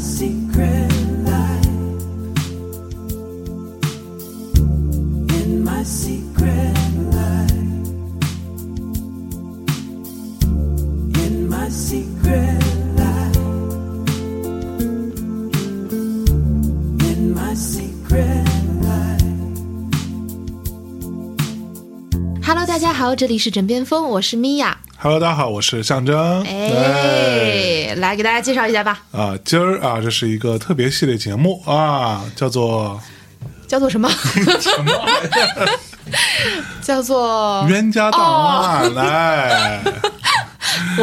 secret life. In my secret life. In my secret life. In my secret life. Hello，大家好，这里是枕边风，我是米娅。 Hello，大家好，我是象征。哎，来给大家介绍一下吧，啊，今儿啊，这是一个特别系列节目啊，叫做叫做什么？ 叫做《冤家哎档案》来，哦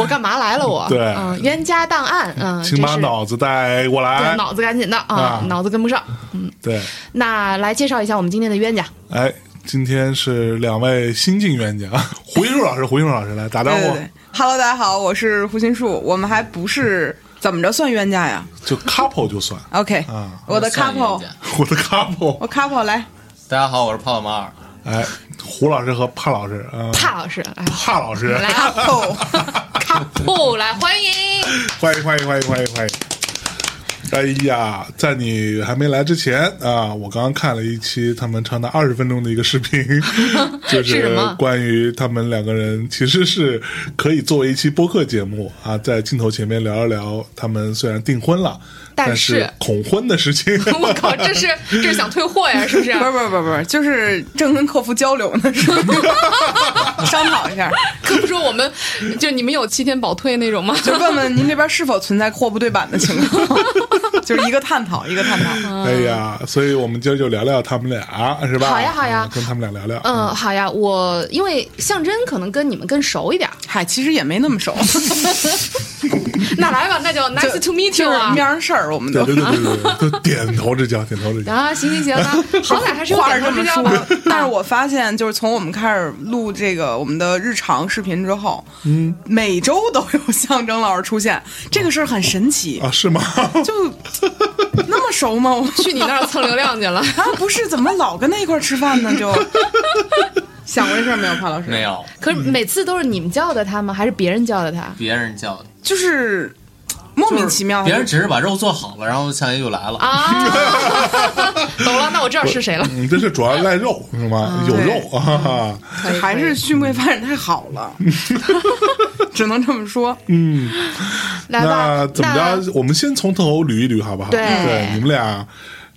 我干嘛来了我？对嗯，冤家档案，嗯，请这把是脑子带过对来。脑子赶紧的啊啊，脑子跟不上。嗯，对，那来介绍一下我们今天的冤家。哎，今天是两位新晋冤家， 胡一树老师，胡一树老师来打招对对呼，对，Hello，大家好，我是胡心树，我们还不是怎么着算冤家呀就 couple 就算？OK，、啊，我的算冤 couple，家我的 couple。我 couple 来，大家好，我是泡泡马尔。哎，胡老师和帕老师啊，帕老师，来帕老师，哎来 couple， couple 来欢迎。欢迎欢迎欢迎欢迎欢迎！哎呀，在你还没来之前啊，我刚刚看了一期他们长达二十分钟的一个视 频，就是什是么关于他们两个人其实是可以作为一期播客节目啊，在镜头前面聊一聊他们虽然订婚了，但但是恐婚的 事情。我靠，这是这是想退货呀？是不 是？不是不是不是不是，就是正跟客服交流呢，是吧？商讨一下，可不说我们就你们有七天保退那种吗？就问问您这边是否存在货不对版的情况，就是一个探讨，一个探讨。哎呀，所以我们今儿就聊聊他们俩，是吧？好呀好呀嗯跟他们俩聊聊。嗯，好呀，我因为象征可能跟你们更熟一 点儿，嗨，其实也没那么 熟，那来吧，那就 nice to meet 就 you 是啊。面上事儿，我们对都对对对对对，就点头之交，点头之交。啊，行行行， 那好歹还是有话是点头这么之交说吧。 的，但是我发现，就是从我们开始录这个我们的日常视频之后，嗯，每周都有象征老师出现，这个事儿很神奇，啊，是吗？就那么熟吗？我去你那儿蹭流量去了，啊，不是，怎么老跟他一块儿吃饭呢？就想过这事儿没有，潘老师？嗯没，有，可是每次都是你们叫的他吗？还是别人叫的他？别人叫的，就是莫名其妙，别人只是把肉做好了，然后夏爷就来 了。啊，懂了，那我知道是谁了。你这是主要赖肉是吗？有肉啊，就还是畜牧业发展太好了，只能这么说。来吧，怎么那着？我们先从头捋一捋，好不好？对你们俩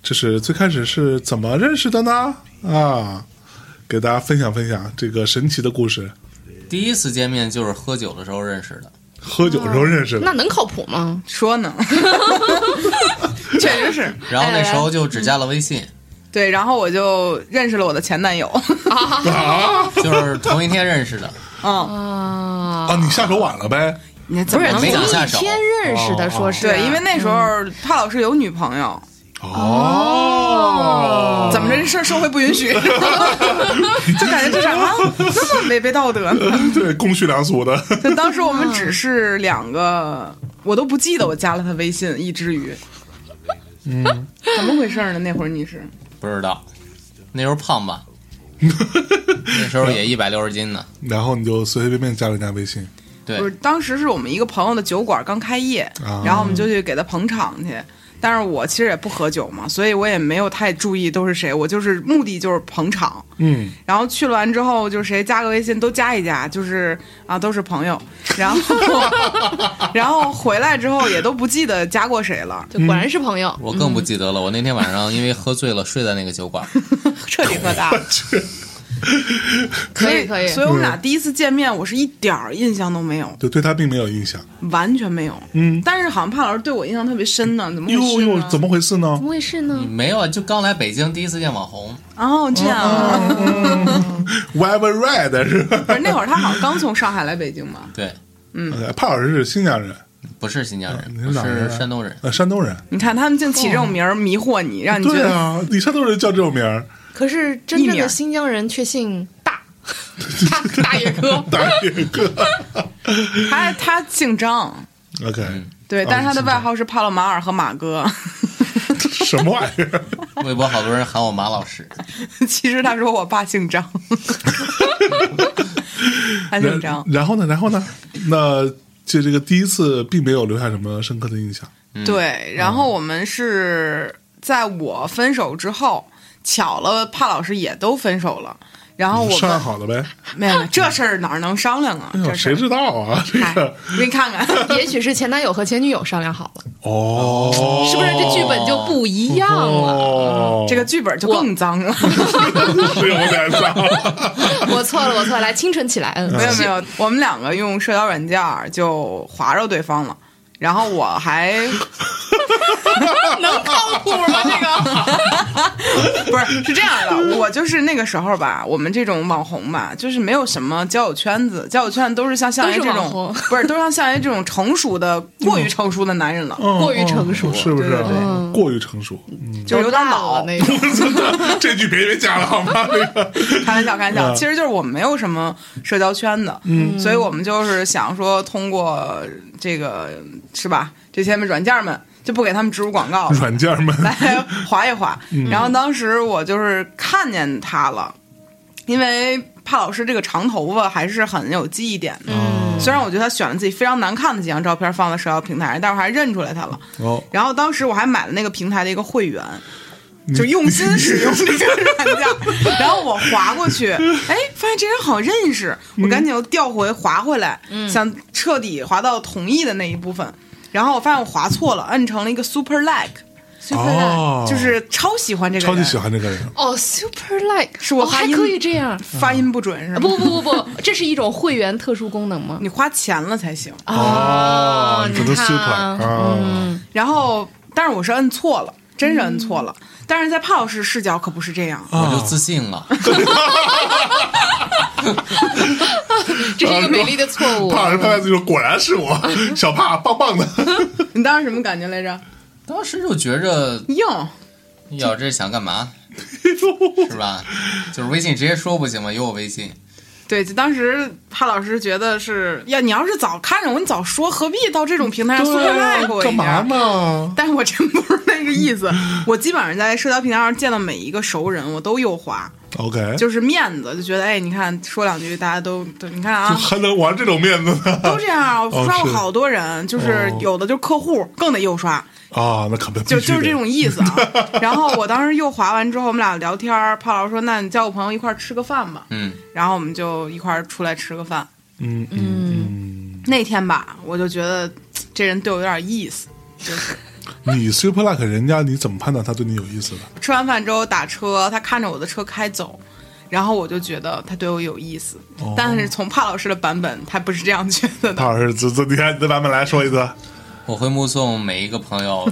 就是最开始是怎么认识的呢？啊，给大家分享分享这个神奇的故事。第一次见面就是喝酒的时候认识的，喝酒时候认识的，那能靠谱吗？说呢， 确实是然后那时哎候就只加了微信，对，然后我就认识了我的前男友， 啊就是同一天认识的。嗯。啊， 啊，你下手晚了呗？你怎不么是能没想下一手天认识的，哦说是啊对，因为那时候嗯帕老师有女朋友，哦，怎么这事儿社会不允 许？就感觉这事儿啊，那么违背道德。对，公序良俗的， 就当时我们只是两个，我都不记得我加了他微信，以至于，嗯， 怎么回事呢？那会儿你是不知道，那时候 胖吧，那时候也一百六十斤呢。然后你就随随便便加了人家微信对不，是？当时是我们一个朋友的酒馆刚开业，啊？然后我们就去给他捧场去。但是我其实也不喝酒嘛，所以我也没有太注意都是谁，我就是目的就是捧场。嗯，然后去了完之后，就是谁加个微信都加一加，就是啊都是朋友。然后 然后回来之后也都不记得加过谁 了，就果然是朋友。我更不记得了。我那天晚上因为喝醉了，睡在那个酒馆。 彻底喝大了。可以可以所以我们俩第一次见面，我是一点儿印象都没有，就对他并没有印象。完全没有。嗯，但是好像潘老师对我印象特别深呢，怎么回哟事呢？啊哟，怎么回事呢怎？么回事呢？没有啊，就刚来北京第一次见网红，哦这样啊？ Web Red 是吧？ 不是那会儿他好像刚从上海来北京嘛，对，呃帕老师是新疆人，不是新疆人，你是我哪人是啊山东人。呃，山东人。你看他们竟起这种名儿迷惑你，让你觉对得啊，你山东人叫这种名儿，可是真正一的秒新疆人却姓大， 大大野哥。大野哥。嗯他他姓张， OK，对，哦但是他的姓张外号是帕洛马尔和马哥。 什么玩意儿？微博好多人喊我马老师，其实他说我爸姓张，他姓然张。然后呢？然后呢？那就这个第一次并没有留下什么深刻的印象。对，然后我们是在我分手之后，巧了，帕老师也都分手了，然后哦我商量们好了呗？没有没有这事儿哪能商量啊？哎呦，这事儿谁知道啊？这嗨个我给你看看， 也许是前男友和前女友商量好了，哦，是不是这剧本就不一样了？哦， 这个剧本就更脏了。是有点脏。 我错了，我错了，来清纯起来。嗯，没有继续没，有，我们两个用社交软件儿就划着对方了，然后我还 能靠谱吗？这个 不是是这样的，我就是那个时候吧，我们这种网红吧，就是没有什么交友圈子，交友圈都是像像爷都是这网种红，嗯不是都是像像爷这种成熟的、过于成熟的男人了，过于成熟嗯是不是对对对嗯过于成熟？嗯，就是有点大老了那种。嗯 这句别别讲了好 吗？那个开玩笑，开玩笑，嗯其实就是我们没有什么社交圈子，所以我们就是想说通过这个是吧，这些软件儿们就不给他们植入广告了，软件嗯们，来划一划。然后当时我就是看见他了，因为帕老师这个长头发还是很有记忆点的。嗯虽然我觉得他选了自己非常难看的几张照片放在社交平台上，但是我还认出来他了。哦，然后当时我还买了那个平台的一个会员， 就用心使用这个软件。然后我划过 去，哎，发现这人好认识，嗯我赶紧又调回划回来，想彻底划到同意的那一部分。然后我发现我划错了，摁成了一个 super like，哦，就是超喜欢这个超人，级喜欢这个人，哦，super like，是我哦发还音可以这样。发音不准是吗？不不不不，这是一种会员特殊功能吗？嗯你花钱了才行。哦你啊能 super 啊，然后，但是我是摁错了，真是摁错嗯了。但是在帕老师视角可不是这啊哦样，我就自信 了，这是一个美丽的错 误。胖是胖子就果然是我，小胖棒棒的，你当时什么感觉来着？当时就觉着硬，要这想干嘛，是吧？就是微信直接说不行吗？有我微信，对，就当时帕老师觉得是呀，你要是早看着我，你早说，何必到这种平台上送对啊赖我干一嘛下？呢？但是我真不是那个 意思，我基本上在社交平台上见到每一个熟人，我都右滑， OK，就就是面子，就觉得哎，你看说两句，大家都都你看啊，还能玩这种面子呢都？这样啊，我哦刷过是好多人，就是哦有的就是客户更得右刷，啊，那可不，就必须就得是这种意思 啊。然后我当时又划完之后，我们俩聊天儿，胖老师说：“那你叫我朋友一块儿吃个饭吧。嗯，”然后我们就一块儿出来吃个饭。嗯嗯那天吧，我就觉得嘖这人对我有点意思。就是嗯，你 super like 人家，你怎么判断他对你有意思的？吃完饭之后打车，他看着我的车开走，然后我就觉得他对我有意思。哦但是从帕老师的版本，他不是这样觉得 的。胖老师，这这，你看你的版本来说一次，我会目送每一个朋友，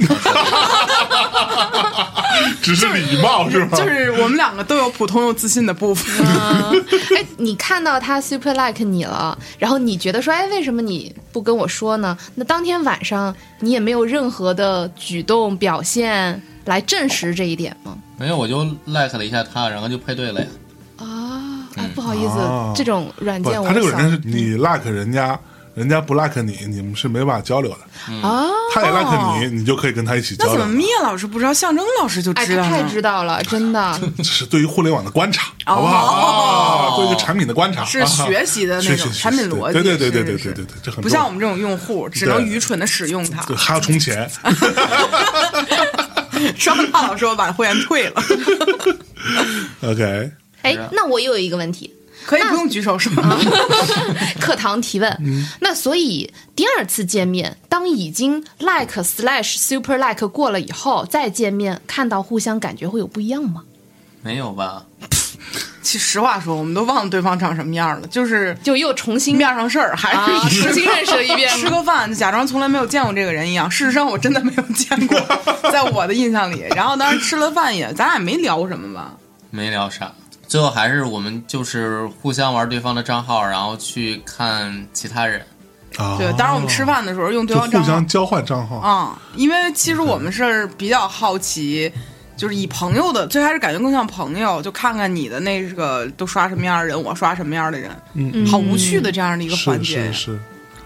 只是礼貌是吗？就是我们两个都有普通又自信的 部分。啊哎，你看到他 super like 你了，然后你觉得说，哎，为什么你不跟我说呢？那当天晚上你也没有任何的举动表现来证实这一点吗？没有我就 like 了一下他，然后就配对了呀。啊，啊不好意思，哦这种软不，件我他这个想人是你 like 人家，人家不 like 你，你们是没办法交流的。啊，他也 like 你，你就可以跟他一起哦那交怎流么。灭老师不知道，象征老师就哎，知他道太呢？知道了，真的。这是对于互联网的观察，哦好不好？啊对于产品的观察，是啊学习的那学习种学习产品逻辑，对对对对对是是对对对，这很不重像要我们这种用户，只能对愚蠢的使用它。 对还要充钱。稍微怕老师我把会员退 了， OK， 哎，啊那我又有一个问题， 可以不用举手是吗？课堂提问。嗯那所以第二次见面，当已经 like slash super like 过了以后，再见面看到互相感觉会有不一样吗？没有吧？其实实话说，我们都忘了对方长什么样了，就是就又重新面上事儿，还嗯啊，是 重新认识了一遍 吃个饭，就假装从来没有见过这个人一样。事实上，我真的没有见过，在我的印象里。然后当时吃了饭也，咱俩没聊什么吧？没聊啥。最后还是我们就是互相玩对方的账号，然后去看其他人。啊，对，当时我们吃饭的时候用对就方账互号相交换账号，啊、因为其实我们是比较好奇，就是以朋友的最开始感觉更像朋友，就看看你的那个都刷什么样的人，我刷什么样的人，嗯好无趣的这样的一个环是节。是是。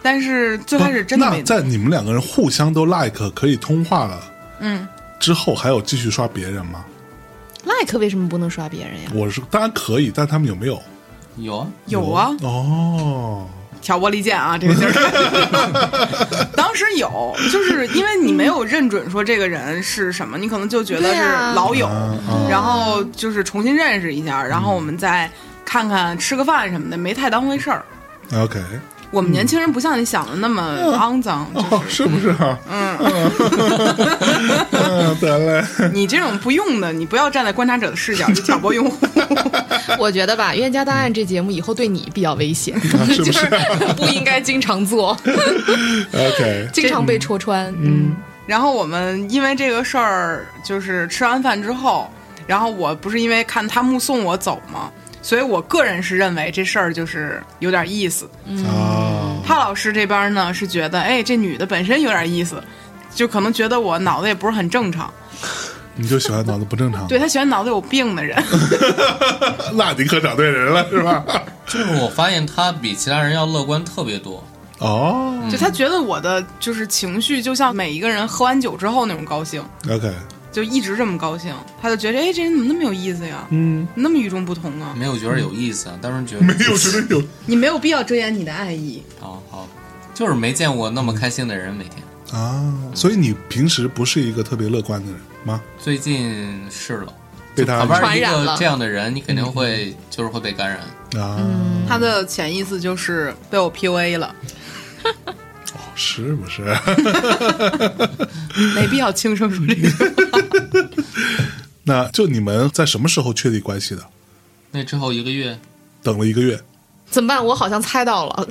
但是最开始真的那没在你们两个人互相都 like 可以通话了，嗯，之后还有继续刷别人吗？ like 为什么不能刷别人呀？我是当然可以，但他们有没有？有啊，有啊，哦，挑拨离间啊，这个劲儿。 当时有，就是因为你没有认准说这个人是什么，你可能就觉得对是啊老友，嗯嗯然后就是重新认识一下，然后我们再看看吃个饭什么的，没太当回事儿。 OK，我们年轻人不像你想的那么肮脏，哦，是不是啊？嗯， 嗯，得嘞，你这种不用的，你不要站在观察者的视角去挑拨用户。我觉得吧，《冤家档案》这节目以后对你比较危险，是不 就是是不应该经常 做， ？OK，经常被戳穿。嗯，然后我们因为这个事儿，就是吃完饭之后，然后我不是因为看他目送我走吗？所以我个人是认为这事儿就是有点意思。啊，哈老师这边呢是觉得，哎，这女的本身有点意思，就可能觉得我脑子也不是很正常，你就喜欢脑子不正常，对，他喜欢脑子有病的人。那你可找对人了，是吧？就是我发现他比其他人要乐观特别多。嗯哦就他觉得我的就是情绪，就像每一个人喝完酒之后那种高兴， ，OK，就一直这么高兴，他就觉得哎，这人怎么那么有意思呀？嗯，那么与众不同啊！没有觉得有意思，啊，当时觉得没有，觉得有你没有必要遮掩你的爱意。好好，就是没见过那么开心的人。每天啊，所以你平时不是一个特别乐观的人吗？最近是了，被他旁边传一染个了这样的人，你肯定会嗯就是会被感染。啊，他的潜意识就是被我 PUA 了，是不是？ 没必要轻声说这个。那就你们在什么时候确立关系的？那之后一个月，等了一个月。怎么办？我好像猜到了，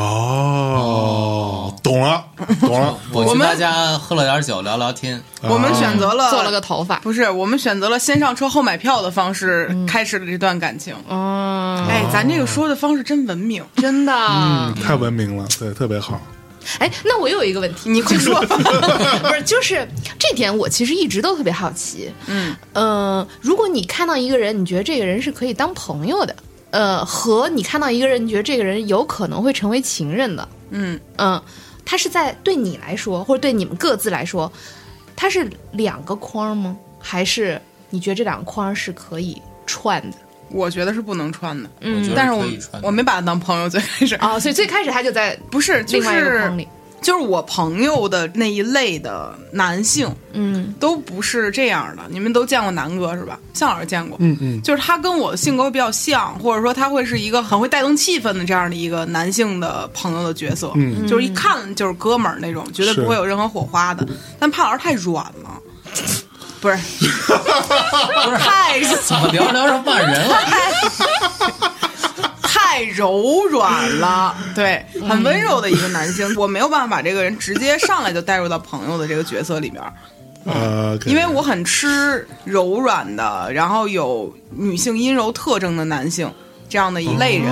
哦，懂了，懂了 我我去们他家喝了点酒，聊聊天。我们选择了哦做了个头发。不是，我们选择了先上车后买票的方式开始了这段感情。嗯，哎，咱这个说的方式真文明。真的。嗯，太文明了，对，特别好。哎，那我有一个问题，你 快说，不是，就是这点我其实一直都特别好奇。嗯呃，如果你看到一个人，你觉得这个人是可以当朋友的，呃，和你看到一个人，你觉得这个人有可能会成为情人的，嗯，嗯、他是在对你来说，或者对你们各自来说，他是两个框吗？还是你觉得这两个框是可以串的？我觉得是不能穿的，我觉嗯得嗯但是我可以穿的我没把他当朋友，最开始哦，所以最开始他就在不是，就另外一个框是里，就是我朋友的那一类的男性嗯，都不是这样的。你们都见过南哥是吧？向老师见过，嗯嗯，就是他跟我的性格会比较像，或者说他会是一个很会带动气氛的这样的一个男性的朋友的角色，嗯就是一看就是哥们儿那种，绝对是不会有任何火花的。但帕老师太软了，不是，太 怎么聊着聊着骂人了？ 太柔软了，对，很温柔的一个男性，我没有办法把这个人直接上来就带入到朋友的这个角色里边儿，呃，嗯因为我很吃柔软的，然后有女性阴柔特征的男性这样的一类人，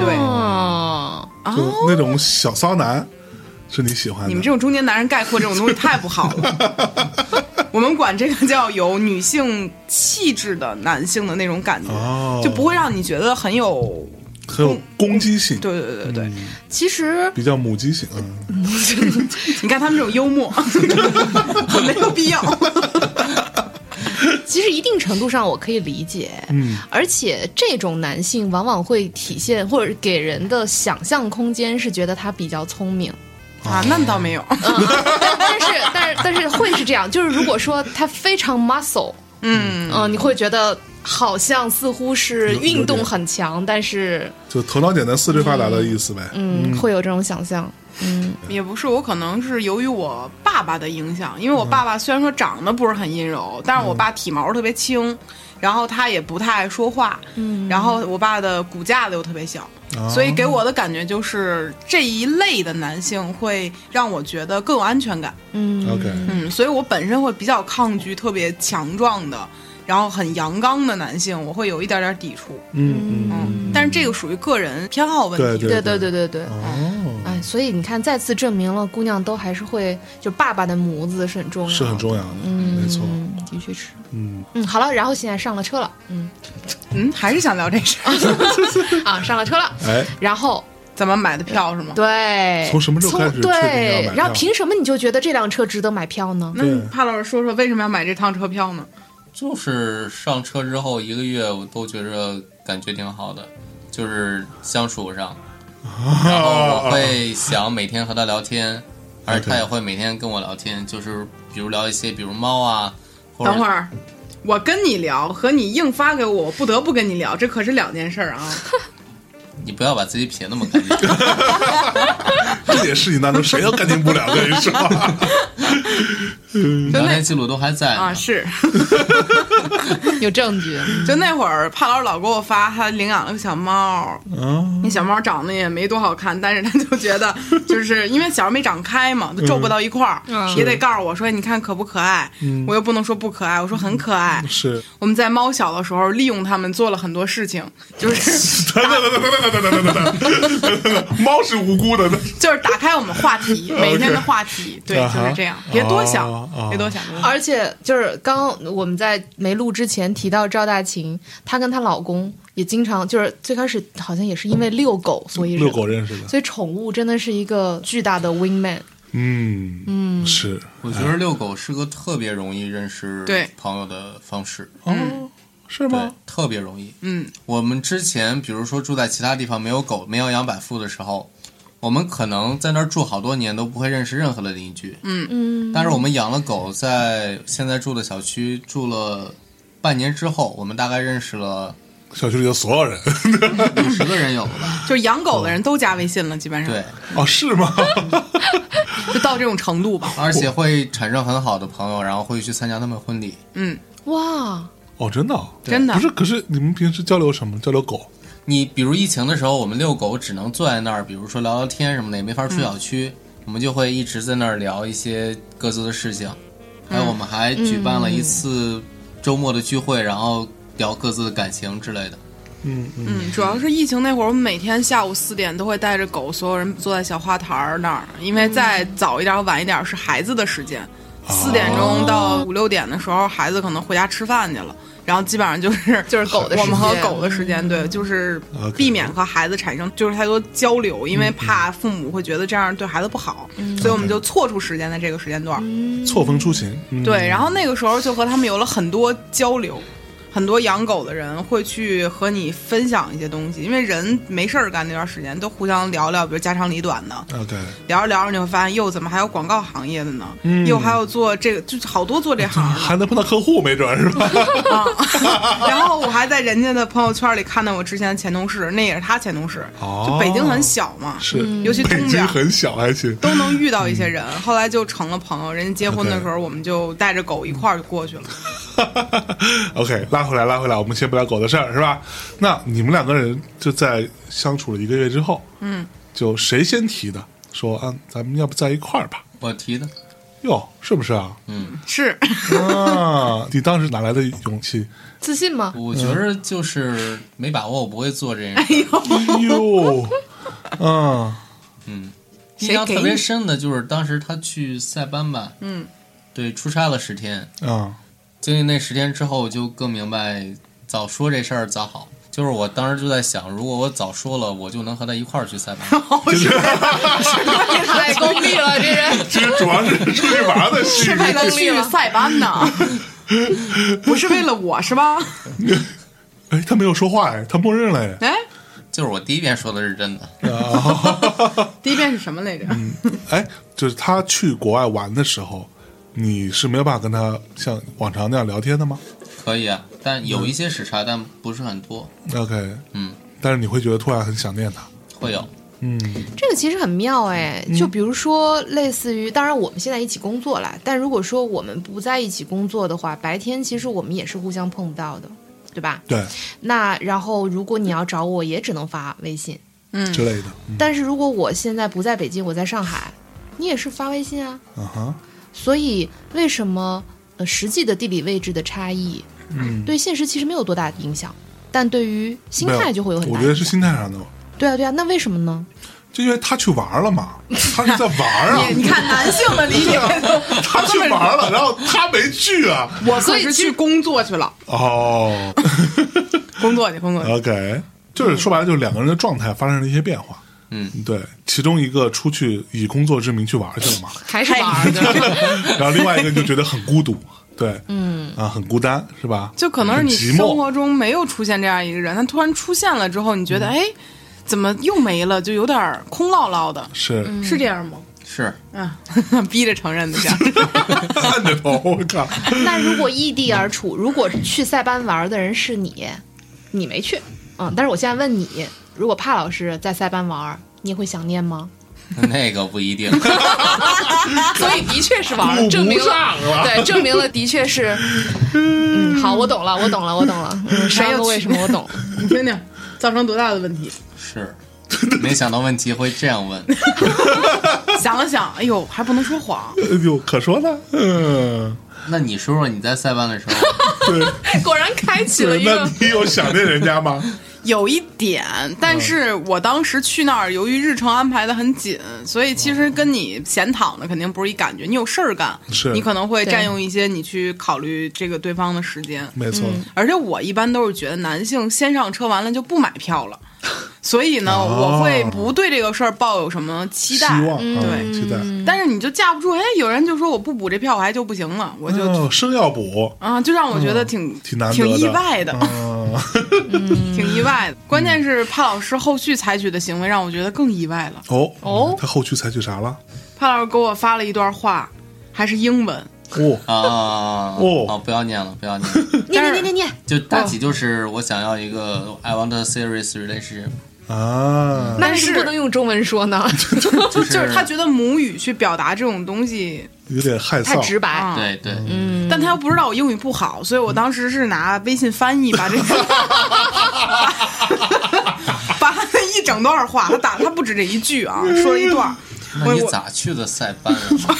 对哦，啊就。那种小骚男是你喜欢的，你们这种中年男人概括这种东西太不好了。我们管这个叫有女性气质的男性的那种感觉，哦就不会让你觉得很有。很有攻击性，对对对对，嗯对其实比较母鸡性，嗯，你看他们这种幽默， 很没有必要。其实一定程度上我可以理解，嗯，而且这种男性往往会体现或者给人的想象空间是觉得他比较聪明， 啊，那倒没有。但但是但是但是会是这样，就是如果说他非常 muscle，嗯，嗯、你会觉得好像似乎是有有点运动很强，但是就头脑简单、四肢发达的意思呗。嗯，会有这种想象，嗯也不是，我可能是由于我爸爸的影响，因为我爸爸虽然说长得不是很阴柔，但是我爸体毛特别轻，然后他也不太爱说话，嗯，然后我爸的骨架子又特别小，啊嗯所以给我的感觉就是这一类的男性会让我觉得更有安全感，嗯 OK，嗯，所以我本身会比较抗拒特别强壮的，然后很阳刚的男性，我会有一点点抵触，嗯嗯，嗯，但是这个属于个人偏好问题，对对对对对对对。嗯哦，哎，所以你看，再次证明了姑娘都还是会，就爸爸的模子是很重要的，是很重要的，没错，嗯，的确是。嗯，嗯，好了，然后现在上了车了，嗯嗯，还是想聊这事儿， 啊，上了车了，哎，然后怎么买的票是吗？对，从什么时候从开始确定要买对票，然后凭什么你就觉得这辆车值得买票呢？那对帕老师说说为什么要买这趟车票呢？就是上车之后一个月，我都觉着感觉挺好的，就是相处上，哦然哦后我会想每天和他聊天，哎而且他也会每天跟我聊天，就是比如聊一些，比如猫啊，或者等会儿，我跟你聊和你硬发给我，我不得不跟你聊，这可是两件事儿啊。你不要把自己撇那么 干净。这点事情当中谁都干净不了，跟你说。就聊那天记录都还在 啊，呢，是， 有证据， 就那会儿，帕老师老给我发他领养了个小猫，啊，那小猫长得也没多好看，但是他就觉得，就是因为小时候没长开嘛，都皱不到一块儿，嗯也得告诉我说，你看可不可爱？我又不能说不可爱，我说很可爱。是。 我们在猫小的时候利用它们做了很多事情，就是 等等等等等等等等等等，猫是无辜的，就是打开我们话 题，每天的话题，对，啊就哈是这样，别多想哦哦，别多想。别 多想而且就是刚我们在没录之前提到赵大琴，她跟她老公也经常就是最开始好像也是因为遛狗，所以遛狗，认识的。所以宠物真的是一个巨大的 wing man。嗯嗯，是我觉得遛狗是个特别容易认识对朋友的方式，哦，是对吗？，特别容易。嗯，我们之前比如说住在其他地方没有狗、没有养百富的时候，我们可能在那儿住好多年都不会认识任何的邻居。嗯，但是我们养了狗，在现在住的小区住了半年之后，我们大概认识了小区里的所有人五十个人有了吧？就是养狗的人都加微信了，基本上对，哦，是吗？就到这种程度吧。而且会产生很好的朋友，然后会去参加他们婚礼。嗯，哇，哦，真的哦，真的不是？可是你们平时交流什么？交流狗？你比如疫情的时候，我们遛狗只能坐在那儿，比如说聊聊天什么的，也没嗯法出小区，我们就会一直在那儿聊一些各自的事情。嗯还有我们还举办了一次周末的聚会，然后聊各自的感情之类的。嗯嗯，嗯，主要是疫情那会儿，我们每天下午四点都会带着狗，所有人坐在小花坛儿那儿，因为再早一点儿、晚一点儿是孩子的时间，四点钟到五六点的时候，孩子可能回家吃饭去了。然后基本上就是 就是狗的时间嗯我们和狗的时间，对，就是 OK 避免和孩子产生就是太多交流，因为怕父母会觉得这样对孩子不好，嗯所以我们就错出时间在这个时间段儿。错峰出行。嗯对，然后那个时候就和他们有了很多交流，很多养狗的人会去和你分享一些东西，因为人没事儿干那段时间都互相聊聊，比如家长里短的， OK，聊着聊着你会发现，哟，怎么还有广告行业的呢？嗯又还有做这个，就是好多做这行啊 还能碰到客户，没准儿是吧？的啊。然后我还在人家的朋友圈里看到我之前的前同事，那也是他前同事，哦就北京很小嘛，是，尤其北东京边。很小，还行。都能遇到一些人，后来就成了朋友。人家结婚的嗯 OK 时候，我们就带着狗一块儿就过去了。 OK，拉回来，拉回来，我们先不聊狗的事儿，是吧？那你们两个人就在相处了一个月之后，嗯，就谁先提的，说啊，咱们要不在一块儿吧？我提的，哟，是不是啊？ 是，啊，你当时哪来的勇气？自信吗？我嗯觉得就是没把握，我不会做这件事。哎呦，嗯，印谁象给特别你深的就是当时他去塞班吧，嗯，对，出差了十天，啊，经历那十天之后，就更明白早说这事儿早好。就是我当时就在想，如果我早说了，我就能和他一块儿去塞班。太功利了，这人 其实主要是出去玩的心是理为了去塞班呢， 不是为了我是吧？哎，他没有说话哎，他默认了哎。哎，就是我第一遍说的是真的，第一遍是什么来着？ 哎，就是他去国外玩的时候，你是没有办法跟他像往常那样聊天的吗可以啊，但有一些时差，但不是很多， ？OK，嗯，但是你会觉得突然很想念他。会有。嗯，这个其实很妙哎。就比如说，类似于，当然我们现在一起工作啦，但如果说我们不在一起工作的话，白天其实我们也是互相碰不到的，对吧？对，那然后如果你要找我，也只能发微信。之类的。但是如果我现在不在北京，我在上海，你也是发微信啊。嗯哼，所以为什么呃实际的地理位置的差异，嗯，对现实其实没有多大的影响，但对于心没态就会有很我大觉影得是响。心态上的，对啊，对啊，那为什么呢？就因为他去玩了嘛，他是在玩啊。你看男性的理解，他去玩了，然后他没去啊。 我可是去工作去了，呃哦工作去，工作去。 ，OK，就是说白了，就是两个人的状态发生了一些变化。嗯，对，其中一个出去以工作之名去玩去了嘛， 还是玩儿哎的，然后另外一个就觉得很孤独，对，嗯，啊，很孤单，是吧？ 就可能是你很寂生寞，活中没有出现这样一个人，他突然出现了之后，你觉得哎，怎么又没了，就有点儿空落落的，是嗯是这样吗？是啊， 逼着承认的 样。 按着头，我靠， 那如果异地而处，如果去塞班玩的人是你，你没去，嗯，但是我现在问你，如果帕老师在塞班玩，你也会想念吗？那个 不一定。所以的确是玩，顾不证明了上是吧对，证明了的确是，嗯，好，我懂了，我懂了，我懂了，嗯，十二个为什么我懂了，你听听，造成多大的问题？是，没想到问题会这样问。想了想，哎呦，还不能说谎，哎呦，可说呢，嗯，那你说说你在塞班的时候，对，哎果然开启了对一那个。你有想念人家吗？有一点。但是我当时去那儿，由于日程安排的很紧，所以其实跟你闲躺着肯定不是一感觉。你有事儿干，是你可能会对占用一些你去考虑这个对方的时间。没错，嗯而且我一般都是觉得男性先上车完了就不买票 了，所以呢，哦我会不对这个事儿抱有什么期希待。望啊，对期待。但是你就架不住，哎，有人就说我不补这票，我还就不行了，我就、嗯哦，生要补，啊，就让我觉得挺、嗯挺难得的，挺意外的，嗯，挺意外的。关键是帕老师后续采取的行为让我觉得更意外了。哦哦他后续采取啥了？帕老师给我发了一段话，还是英文，哦，啊，哦啊，不要念了，不要念了。念念念念念，就大体就是我想要一个 I want a serious relationship，啊，那但为什么是不能用中文说 呢？就就是是他觉得母语去表达这种东西，有点害太臊直白，啊、，对对，但他又不知道我英语不好，所以我当时是拿微信翻译把这个， 把他那一整段话，他打他不止这一句啊，说了一段儿。那我你我咋去的塞班啊？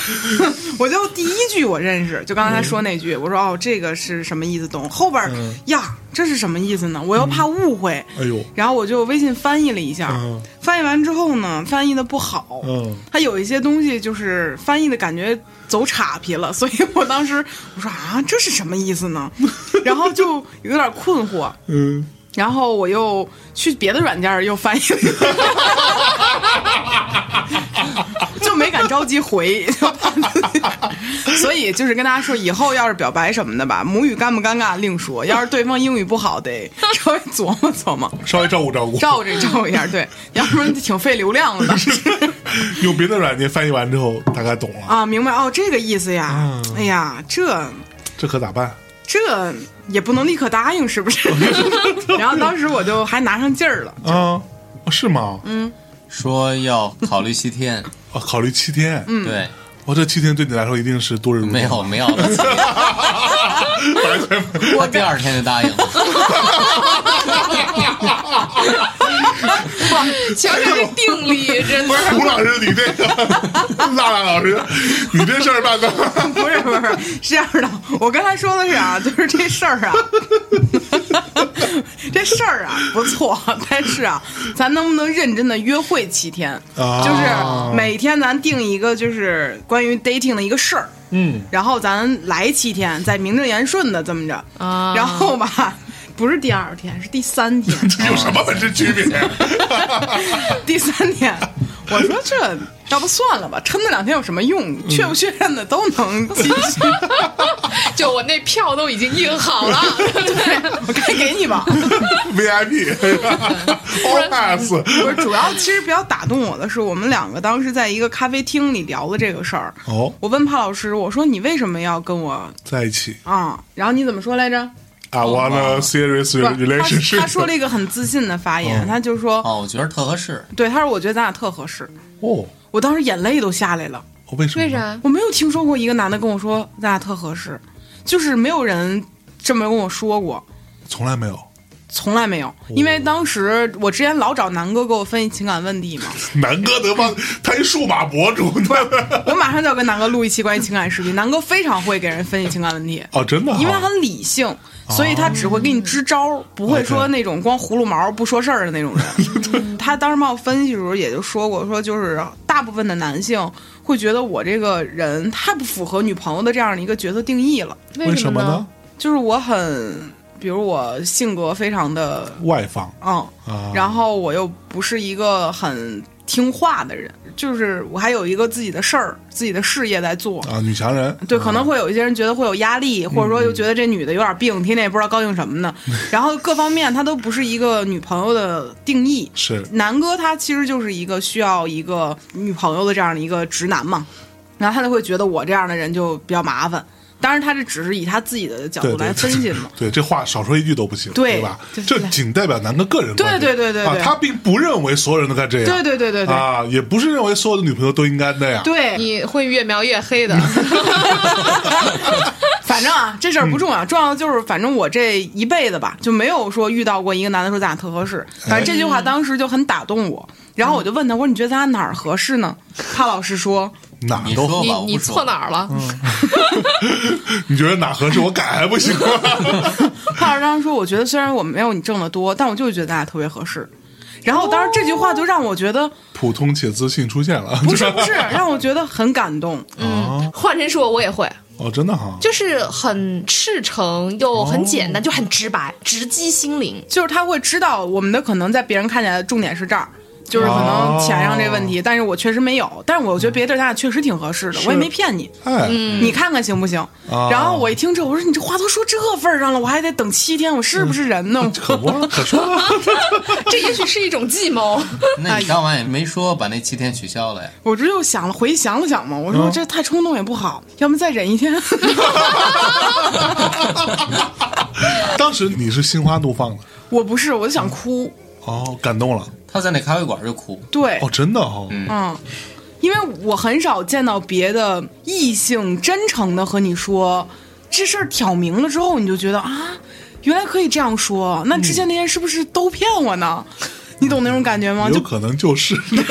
我就第一句我认识，就刚才他说那句，我说哦，这个是什么意思？懂。后边儿、嗯呀，这是什么意思呢？我又怕误会，哎呦，然后我就微信翻译了一下，嗯翻译完之后呢，翻译的不好，嗯，他有一些东西就是翻译的感觉走岔皮了， 所以我当时我说啊，这是什么意 思呢？然后就有点困惑，嗯，然后我又去别的软件儿又翻译了一 遍，就没敢着急回， 就怕自己所以就是跟大家说，以后要是表白什么的吧，母语尴不尴尬另说，要是对方英语不好，得稍微琢磨琢磨，嗯稍微照顾照顾，照着照顾一下，对，要不然挺费流量的。当时用别的软件翻译完之后，大概懂了，啊，明白哦，这个意思呀。哎呀，这这可咋办？这也不能立刻答应，是不是？然后当时我就还拿上劲儿了，啊，哦是吗？说要考虑七天，哦考虑七天，嗯，对，我这七天对你来说一定是度日如年，没有没有的，完全没有，我第二天就答应了。瞧瞧这定力，真的。胡老师，你这个，娜娜老师，你这事儿办的，不是不是不是是这样的，我刚才说的是啊，就是这事儿啊， 这事儿啊不错，但是啊，咱能不能认真的约会七天？啊就是每天咱定一个就是关于 dating 的一个事儿，嗯，然后咱来七天，再名正言顺的这么着，啊然后吧，不是第二天，是第 三天。这有什么本事区别？第三天，我说这要不算了吧，撑那两天有什么用？嗯确不确认的都能继续，就我那票都已经印好了，我该给你吧。 VIP All Pass，不是，主要其实比较打动我的是，我们两个当时在一个咖啡厅里聊的这个事儿。哦，我问帕老师，我说你为什么要跟我在一起啊？然后你怎么说来着？ ，I want a serious 不是， relationship。他他说了一个很自信的发言，嗯他就说，哦，我觉得特合适，对，他说我觉得咱俩特合适。哦，我当时眼泪都下来了。我为什 么？为？啥？我没有听说过一个男的跟我说咱俩特合适，就是没有人这么跟我说过，从来没有，从来没有。因为当时我之前老找南哥给我分析情感问题嘛，南哥德邦，他一数码博主，我马上就要跟南哥录一期关于情感视频。南哥非常会给人分析情感问题，哦，真的啊，因为他很理性，所以他只会给你支招，不会说哦 OK 那种光葫芦毛不说事儿的 那种人。嗯他当时帮我分析的时候也就说过，说就是大部分的男性会觉得我这个人太不符合女朋友的这样的一个角色定义了。为什么呢？？就是我很，比如我性格非常的外放嗯，啊，然后我又不是一个很听话的人，就是我还有一个自己的事儿、自己的事业在做。啊，女强人，对，可能会有一些人觉得会有压力，或者说嗯又觉得这女的有点病，天天也不知道高兴什 么呢。然后各方面，她都不是一个女朋友的定义。是南哥他其实就是一个需要一个女朋友的这样的一个直男嘛，然后他就会觉得我这样的人就比较麻烦。当然，他这只是以他自己的角对度对对来分析嘛。 对，这话少说一句都不行，对吧？对这仅代表南哥个人观点，对对对对啊，对他并不认为所有人都该这样，对对对对对啊，也不是认为所有的女朋友都应该那样，对，你会越描越黑的， 反正啊，这事儿不重要，重要的就是反正我这一辈子吧，就没有说遇到过一个男的说咱俩特合适。反正这句话当时就很打动我，然后我就问他，我说你觉得咱俩哪儿合适呢？他老是说，哪你儿说啊都，吧，你我你不错说。哪儿了？ 你觉得哪合适，我改还不行吗？ 他老当时说，我觉得虽然我没有你挣得多，但我就是觉得咱俩特别合适。然后当时这句话就让我觉得普通且自信出现了，不是不是，让我觉得很感动。啊，换成是我，我也会，哦，真的哈，就是很赤诚又很简单，就很直白，直击心灵。就是他会知道我们的可能在别人看起来的重点是这儿，就是可能哦钱上这问题，但是我确实没有，但是我嗯觉得别的地儿咱俩确实挺合适的，我也没骗你，哎，你看看行不行？哦然后我一听这，我说你这话都说这份儿上了，我还得等七天，我是不是人呢？可不啊可说了， 这也许是一种计谋。那你当晚也没说把那七天取消了呀？我这又想了，回想了想嘛，我说嗯这太冲动也不好，要不再忍一 天。当时你是心花怒放的，我不是，嗯我就想哭，哦，感动了，他在那咖啡馆就哭，对，哦，真的哈，嗯，因为我很少见到别的异性真诚的和你说这事儿挑明了之后，你就觉得啊，原来可以这样说，那之前那些是不是都骗我呢？你懂那种感觉吗？嗯有就可能就是，嗯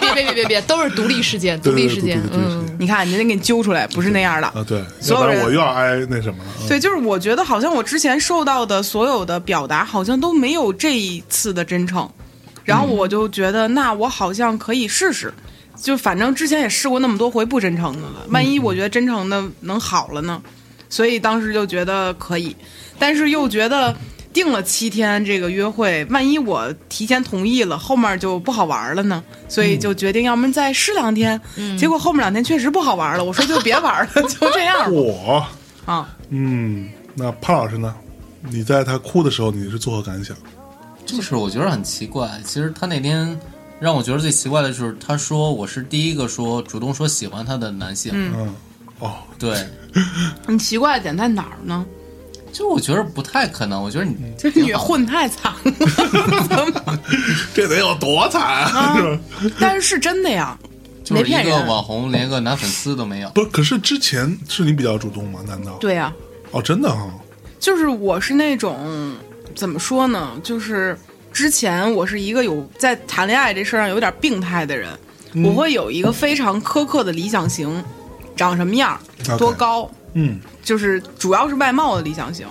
别别别别别，都是独立事件，独立事件 对。对对对对对嗯，你看，人家给你揪出来，不是那样的。啊，对，所要有不人然我又要挨那什么了，嗯对，就是我觉得好像我之前受到的所有的表达，好像都没有这一次的真诚。然后我就觉得，那我好像可以试试。就反正之前也试过那么多回不真诚的了，万一我觉得真诚的能好了呢？所以当时就觉得可以，但是又觉得定了七天这个约会，万一我提前同意了，后面就不好玩了呢，所以就决定要么再试两天。结果后面两天确实不好玩了，我说就别玩了， 就这样吧我，啊。嗯，那潘老师呢？你在他哭的时候，你是作何感想？就是我觉得很奇怪。其实他那天让我觉得最奇怪的就是，他说我是第一个说主动说喜欢他的男性。嗯， 哦，对，你嗯奇怪的点在哪儿呢？就我觉得不太可能。我觉得你就是你混太惨了，这得有多惨啊！是吧？ 但是是真的呀，就没是一骗个人。网红，连个男粉丝都没有。不是，可是之前是你比较主动吗？难道？对呀、哦，真的哈、就是我是那种怎么说呢？就是之前我是一个有在谈恋爱这事儿上有点病态的人，我会有一个非常苛刻的理想型，长什么样儿， OK 多高，嗯，就是主要是外貌的理想型，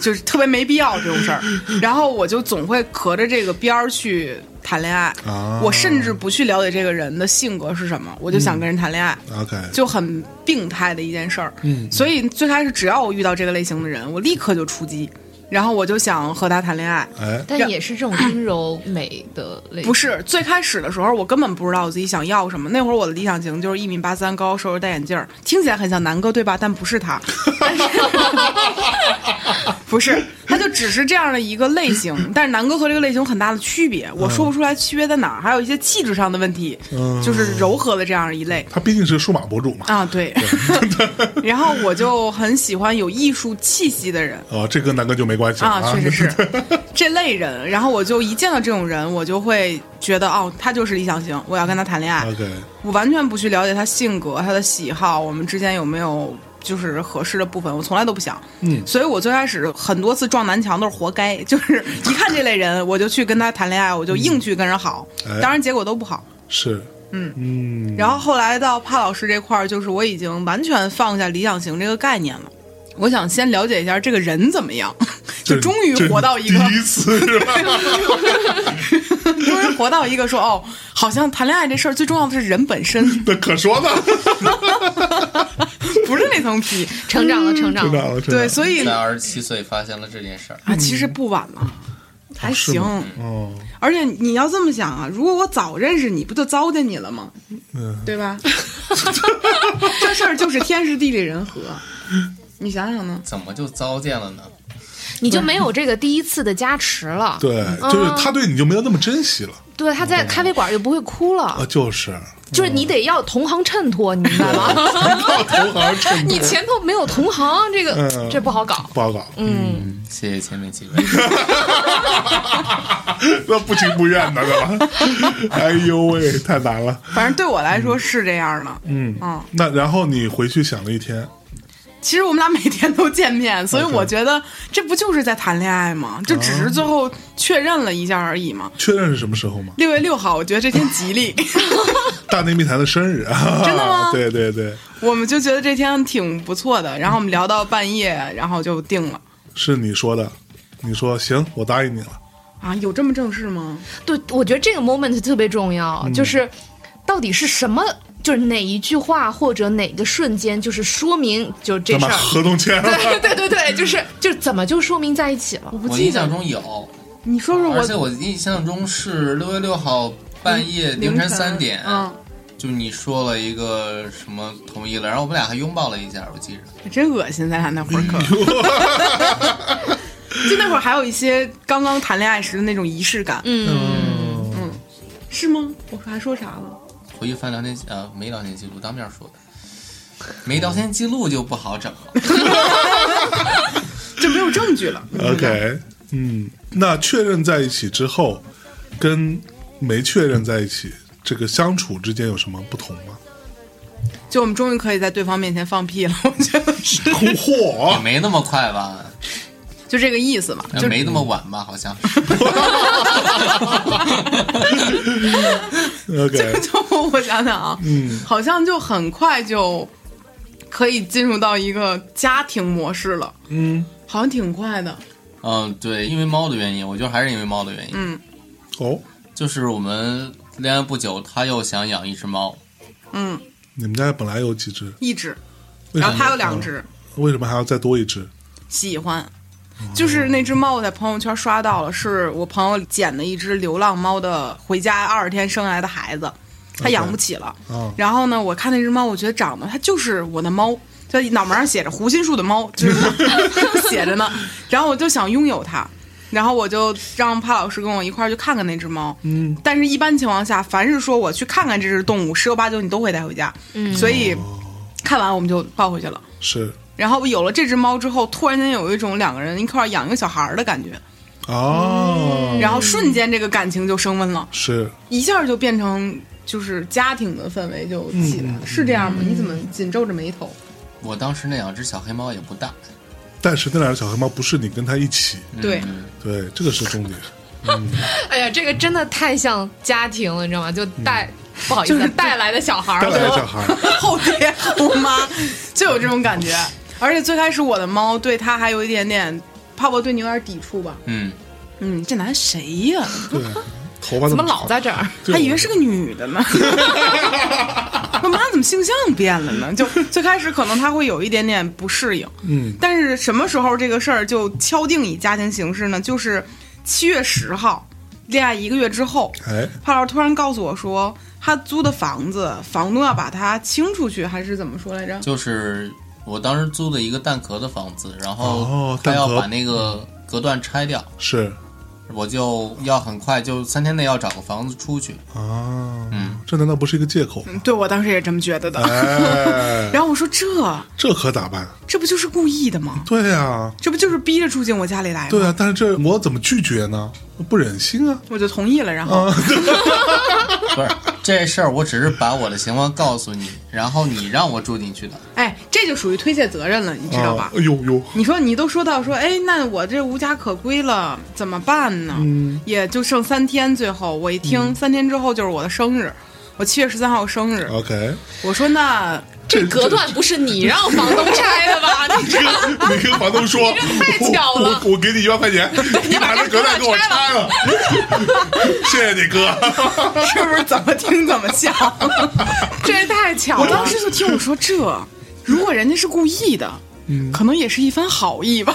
就是特别没必要这种 事儿。然后我就总会隔着这个边儿去谈恋爱，啊我甚至不去了解这个人的性格是什么，我就想跟人谈恋爱，嗯，OK，就很病态的一件事儿。嗯所以最开始只要我遇到这个类型的人，我立刻就出击，然后我就想和他谈恋爱。哎，但也是这种阴柔美的类型。不是最开始的时候，我根本不知道我自己想要什么。那会儿我的理想型就是一米八三高，瘦瘦戴眼镜儿，听起来很像南哥，对吧？但不是他，不是，他就只是这样的一个类型。但是南哥和这个类型有很大的区别，我说不出来区别在哪儿，还有一些气质上的问题，嗯就是柔和的这样一类。他毕竟是数码博主嘛，啊，对， 然后我就很喜欢有艺术气息的人，哦，这跟南哥就没关系了啊，确实是 这类人。然后我就一见到这种人，我就会觉得哦，他就是理想型，我要跟他谈恋 爱。OK，我完全不去了解他性格、他的喜好，我们之间有没有就是合适的部分，我从来都不想。嗯所以我最开始很多次撞南墙都是活该，就是一看这类人，我就去跟他谈恋爱，我就硬去跟人好，哎当然结果都不好。是，嗯嗯，然后后来到帕老师这块儿，就是我已经完全放下理想型这个概念了。我想先了解一下这个人怎么样，就这终于活到一个这第一次是 吧？终于活到一个说哦，好像谈恋爱这事儿最重要的是人本身， 那可说呢，不是那层皮。成长了，成长知了。啊道了，知道对，了所以在二十七岁发现了这件事儿，啊，其实不晚了，还嗯是行。吗哦，而且你要这么想啊，如果我早认识你，不就糟践你了吗？嗯，对吧？ 这事儿就是天时地利人和，你想想呢？怎么就糟践了呢？你就没有这个第一次的加持了。对，就是嗯他对你就没有那么珍惜了对，他在咖啡馆就不会哭啊，了， 就是就是你得要同行衬托，你明白 吗？靠同行衬你托，前头没有同行，这个嗯这不好搞。不好搞，嗯，谢谢前面几位。 那不情不愿的，对吧？ 哎呦喂，太难了。反正对我来说是这样的。嗯啊那然后你回去想了一天，其实我们俩每天都见面，所以 OK 我觉得这不就是在谈恋爱吗？这只是最后确认了一下而已嘛。确认是什么时候吗？六月六号，我觉得这天吉 利，大内密谈的生日，真真的吗 对对对，我们就觉得这天挺不错的。然后我们聊到半夜，然后就定了。是你说的，你说行，我答应你了。啊，有这么正式吗？对，我觉得这个 moment 特别重要，就是到底是什么，就是哪一句话或者哪个瞬间，就是说明就是这事咱把儿。合同签 了，对 对对对，就是就是怎么就说明在一起了？我不我记印得象。中有，你说说而且我我印象中是六月六号半夜凌晨三点，嗯，就你说了一个什么同意了，然后我们俩还拥抱了一下，我记着。真恶心，咱俩那会儿可。 就那会儿还有一些刚刚谈恋爱时的那种仪式感，嗯，是吗？我还说啥了？回去翻聊天记呃没聊天记录，当面说的，没聊天记录就不好整了。这没有证据了。 OK，嗯，那确认在一起之后，跟没确认在一起，这个相处之间有什么不同 吗？ 就我们终于可以在对方面前放屁了， 我觉得是，也嚯， 没那么快吧，呃就这个意思吧。就没那么晚吧，好像是。 ，OK， 就我想想啊，嗯，好像就很快就可以进入到一个家庭模式了，嗯，好像挺快的。嗯，对，因为猫的原因，我觉得还是因为猫的原因。嗯哦，就是我们恋爱不久，他又想养一只猫，嗯，你们家本来有几只，一只，为什么然啊嗯后他有两只，为什么还要再多一只？喜欢。就是那只猫，我在朋友圈刷到了，是我朋友捡的一只流浪猫的，回家二十天生下来的孩子，他 OK 养不起了。啊然后呢，我看那只猫，我觉得长得它就是我的猫，就脑门上写着“胡心树的猫”，就是 写着呢。然后我就想拥有它，然后我就让帕老师跟我一块儿去看看那只猫。嗯，但是，一般情况下，凡是说我去看看这只动物，十有八九你都会带回家。嗯，所哦以看完我们就抱回去了。是然后有了这只猫之后，突然间有一种两个人一块儿养一个小孩儿的感觉，哦，然后瞬间这个感情就升温了，是一下就变成就是家庭的氛围就起来了，是这样吗？你怎么紧皱着眉头？ 我当时那两只小黑猫也不大。但是那两只小黑猫不是你跟它一起，对，嗯对，这个是重点。哎呀，这个真的太像家庭了，你知道吗？就带、不好意就思是带来的小孩带儿，来的小孩，后爹后妈就有这种感觉。而且最开始我的猫对它还有一点点，泡泡对你有点抵触吧？嗯，嗯，这男的谁呀、对，头发怎么么老在这儿？对还以为是个女 的呢。我妈怎么性向变了呢？就最开始可能她会有一点点不适应，嗯但是什么时候这个事儿就敲定以家庭形式呢？就是七月十号，恋爱一个月之后，哎帕老师突然告诉我说，他租的房子房东要把他清出去，还是怎么说来着？就是我当时租的一个蛋壳的房子，然后哦他要蛋壳把那个隔断拆掉，是我就要很快就三天内要找个房子出去。啊，嗯，这难道不是一个借口吗？嗯对我当时也这么觉得的。哎， 然后我说这这可咋办？这不就是故意的吗？对呀，这不就是逼着住进我家里来吗？对呀，但是这我怎么拒绝呢？不忍心啊，我就同意了。然后、啊，不是这事儿，我只是把我的情况告诉你，然后你让我住进去的。哎，这就属于推卸责任了，你知道吧？啊哎呦呦，你说你都说到说，哎，那我这无家可归了，怎么办呢？嗯也就剩三天，最后我一听，三天之后就是我的生日，我七月十三号生日。 ，OK，我说那这隔断不是你让房东拆的吧？你这你跟房东说，你这太巧了我我我给你一万块钱，你把这隔断给我拆了， 谢谢你哥，是不是怎么听怎么像？这也太巧我了当。时就听我说这，如果人家是故意的，可能也是一番好意吧。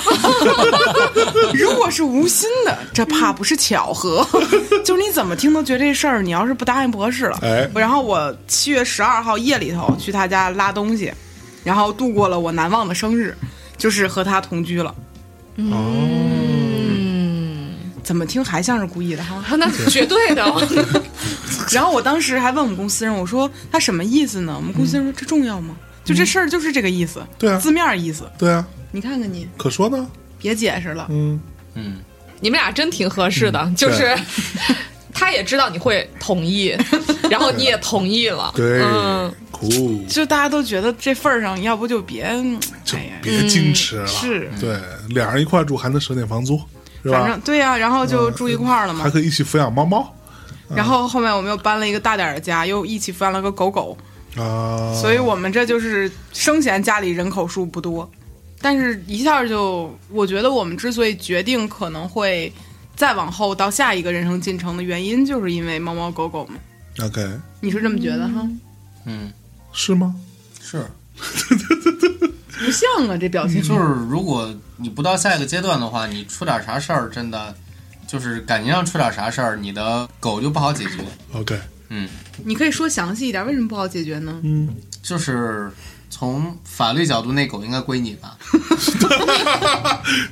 如果是无心的，这怕不是巧合。就是你怎么听都觉得这事儿，你要是不答应不合适了。哎然后我七月十二号夜里头去他家拉东西，然后度过了我难忘的生日，就是和他同居了。嗯，怎么听还像是故意的哈？那绝对的， 然后我当时还问我们公司人，我说他什么意思呢？我们公司人说这重要吗？嗯就这事儿就是这个意思，对啊字面意思。对啊，你看看你，可说呢，别解释了，嗯，嗯，你们俩真挺合适的，就是。 他也知道你会同 意，然后你也同意了，对嗯，，酷，就大家都觉得这份儿上，要不就别，就哎呀，别矜持了，是对，俩人一块住还能省点房租，是反吧嗯正？对呀、啊然后就住一块儿了嘛还。嗯可以一起抚养猫猫然后后面我们又搬了一个大点儿的家，又一起抚养了个狗狗，啊，所以我们这就是生前家里人口数不多，但是一下就，我觉得我们之所以决定可能会再往后到下一个人生进程的原因，就是因为猫猫狗狗们。 OK 你是这么觉得哈？嗯，是吗？是，不像啊，这表嗯情就是如果你不到下一个阶段的话，你出点啥事儿，真的就是感情上出点啥事儿，你的狗就不好解决。 OK， 嗯，你可以说详细一点，为什么不好解决呢？嗯，就是从法律角度，那狗应该归你吧？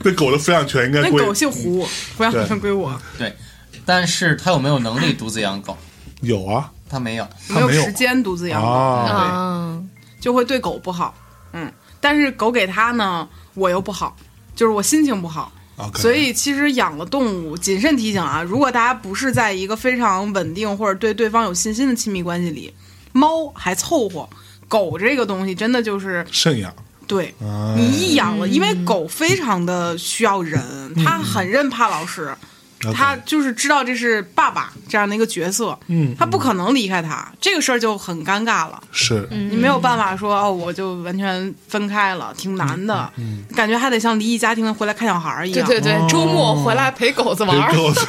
那狗的抚养权应该那归嗯狗姓胡，抚养权归我，对，但是他有没有能力独自养狗？有啊他没有。它没有没有时间独自养狗，啊，啊，就会对狗不好。嗯，但是狗给它呢，我又不好，就是我心情不好。 OK，所以其实养了动物，谨慎提醒啊，如果大家不是在一个非常稳定或者对对方有信心的亲密关系里，猫还凑合，狗这个东西真的就是赡养对。啊，你一养了，因为狗非常的需要人，嗯它很认怕老师， OK 它就是知道这是爸爸这样的一个角色，嗯它不可能离开他，这个事儿就很尴尬了。是你没有办法说哦，我就完全分开了，挺难的，嗯感觉还得像离异家庭的回来看小孩儿一对样，对对，周末回来陪狗子玩给儿，哦狗 子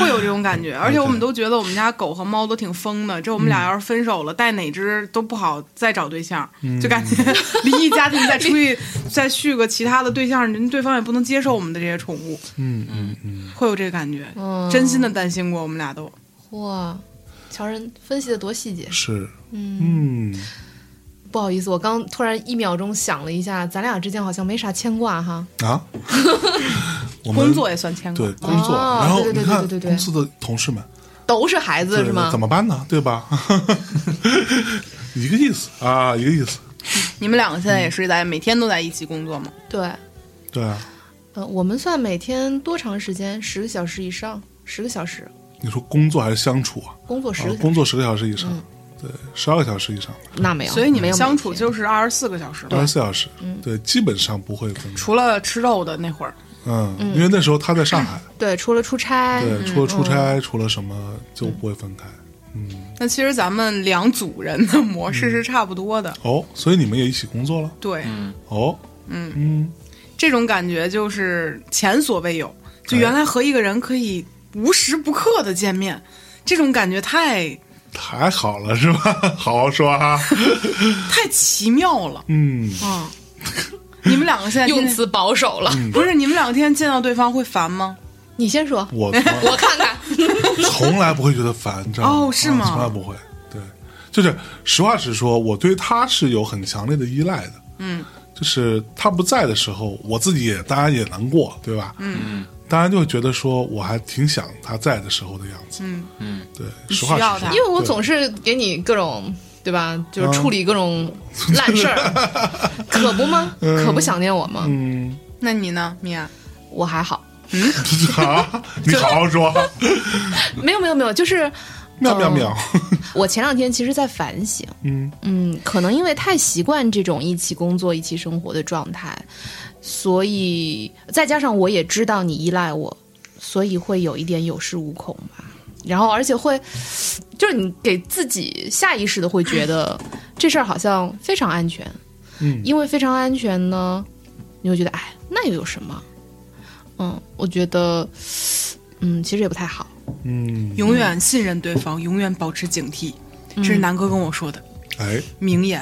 会有这种感觉。嗯而且我们都觉得我们家狗和猫都挺疯的，这我们俩要是分手了，带哪只都不好再找对象，嗯就感 觉离异家庭再出去 再续个其他的对象，人对方也不能接受我们的这些宠物，嗯嗯嗯，会有这个感觉。嗯真心的担心过，我们俩都。哇，乔人分析的多细节。是嗯不好意思，我刚突然一秒钟想了一下，咱俩之间好像没啥牵挂哈。啊， 我们工作也算牵挂对，工作，哦然后对对你对看对对对对公司的同事们，都是孩子对是吗怎？么办呢？对吧？ 一个意思啊，一个意思，你们两个现在也是在每天都在一起工作吗？对，对啊。呃，我们算每天多长时间？十个小时以上，十个小时，你说工作还是相处啊？工作啊十个小时，工作十个小时以上，对，十二个小时以上，那没有。所以你没们有相每处天就是二十四个小时二吧十？四小时，对，基本上不会分开。除了吃肉的那会儿，嗯，因为那时候他在上海，对，除了出差，对，除了出差，除了什么就不会分开。那其实咱们两组人的模式是差不多的。哦，所以你们也一起工作了？对，哦，嗯嗯，这种感觉就是前所未有，就原来和一个人可以无时不刻的见面，这种感觉太太好了，是吧？ 好好说啊。太奇妙了。嗯，嗯， 你们两个现在天用天词保守了。不是你们两个天天见到对方会烦吗？嗯你先说，我从来我看看。从来不会觉得烦，你知道吗？哦是吗啊从来不会，对，就是实话实说，我对他是有很强烈的依赖的。嗯，就是他不在的时候，我自己也当然也难过，对吧？嗯，当然就会觉得说，我还挺想他在的时候的样子。嗯嗯，对，实话需要实说他，因为我总是给你各种，对吧？就是处理各种烂事儿，可不吗？可不想念我吗？嗯， 那你呢，米娅？我还好，啊，你好好 说，没有没有没有，就是妙妙妙，我前两天其实在反省，嗯嗯，可能因为太习惯这种一起工作、一起生活的状态，所以再加上我也知道你依赖我，所以会有一点有恃无恐吧。然后，而且会，就是你给自己下意识的会觉得这事儿好像非常安全，嗯因为非常安全呢，你会觉得哎，那又有什么？嗯，我觉得，嗯，其实也不太好。嗯，永嗯远信任对方，永远保持警惕，这是南哥跟我说的哎，名言。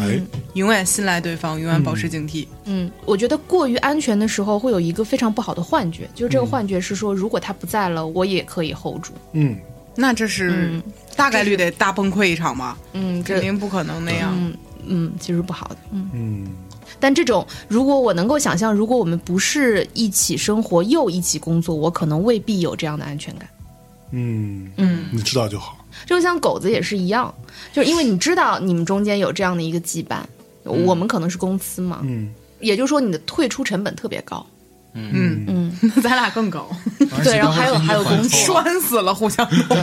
哎，永远信赖对方，永远保持警惕。嗯，我觉得过于安全的时候会有一个非常不好的幻觉，就是这个幻觉是说，如果他不在了，我也可以 hold 住。嗯，那这是嗯大概率得大崩溃一场吧？嗯，肯这定不可能那样。嗯嗯，其实不好的。嗯，嗯，但这种如果我能够想象，如果我们不是一起生活又一起工作，我可能未必有这样的安全感。嗯，嗯，你知道就好。就像狗子也是一样，就是因为你知道你们中间有这样的一个羁绊，我们可能是公司嘛，嗯，也就是说你的退出成本特别高。嗯 嗯，那咱俩更狗，而对且然后刚还有刚还有缓工冲作拴死了，互相狗。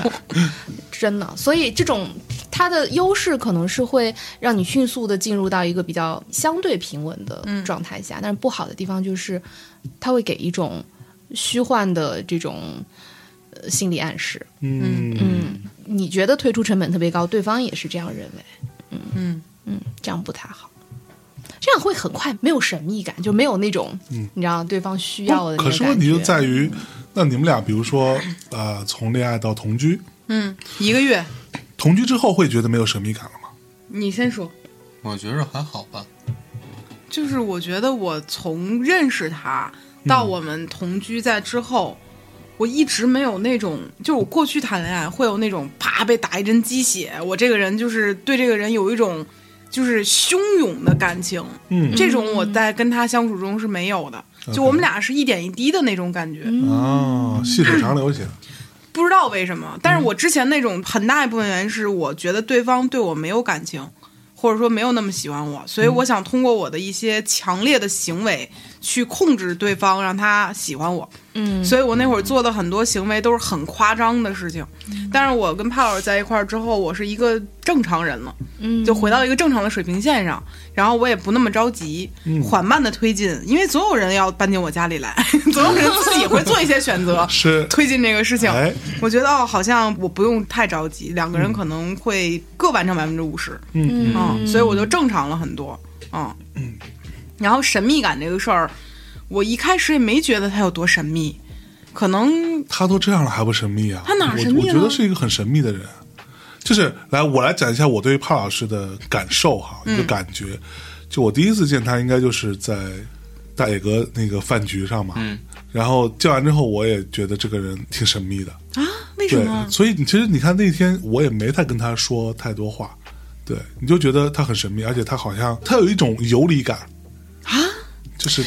真的，所以这种它的优势可能是会让你迅速的进入到一个比较相对平稳的状态下，但是不好的地方就是它会给一种虚幻的这种呃心理暗示。嗯，嗯，你觉得退出成本特别高，对方也是这样认为。嗯嗯，这样不太好。这样会很快没有神秘感，就没有那种、你知道对方需要的那种嗯可是问题感就觉在于，那你们俩比如说，呃，从恋爱到同居，嗯，一个月，同居之后会觉得没有神秘感了吗？你先说。我觉着还好吧，就是我觉得我从认识他到我们同居在之后，我一直没有那种，就我过去谈恋爱会有那种啪被打一针鸡血，我这个人就是对这个人有一种就是汹涌的感情，嗯这种我在跟他相处中是没有的，就我们俩是一点一滴的那种感觉，啊，细水长流型。不知道为什么，但是我之前那种很大一部分原因是我觉得对方对我没有感情，或者说没有那么喜欢我，所以我想通过我的一些强烈的行为去控制对方，让他喜欢我。嗯所以我那会儿做的很多行为都是很夸张的事情。但是我跟帕老师在一块儿之后，我是一个正常人了，嗯就回到一个正常的水平线上，然后我也不那么着急，缓慢的推进，因为总有人要搬进我家里来， 总有人自己会做一些选择，是推进这个事情。哎我觉得哦，好像我不用太着急，两个人可能会各完成百分之五十，嗯嗯，所以我就正常了很多，嗯。然后神秘感这个事儿，我一开始也没觉得它有多神秘，可能他都这样了还不神秘啊？他哪儿神秘我？我了觉得是一个很神秘的人。就是来，我来讲一下我对于帕老师的感受哈，嗯一个感觉。就我第一次见他，应该就是在大野哥那个饭局上嘛。嗯。然后见完之后，我也觉得这个人挺神秘的。啊，为什对么，？所以你其实你看那天我也没太跟他说太多话，对，你就觉得他很神秘，而且他好像他有一种游离感啊，就是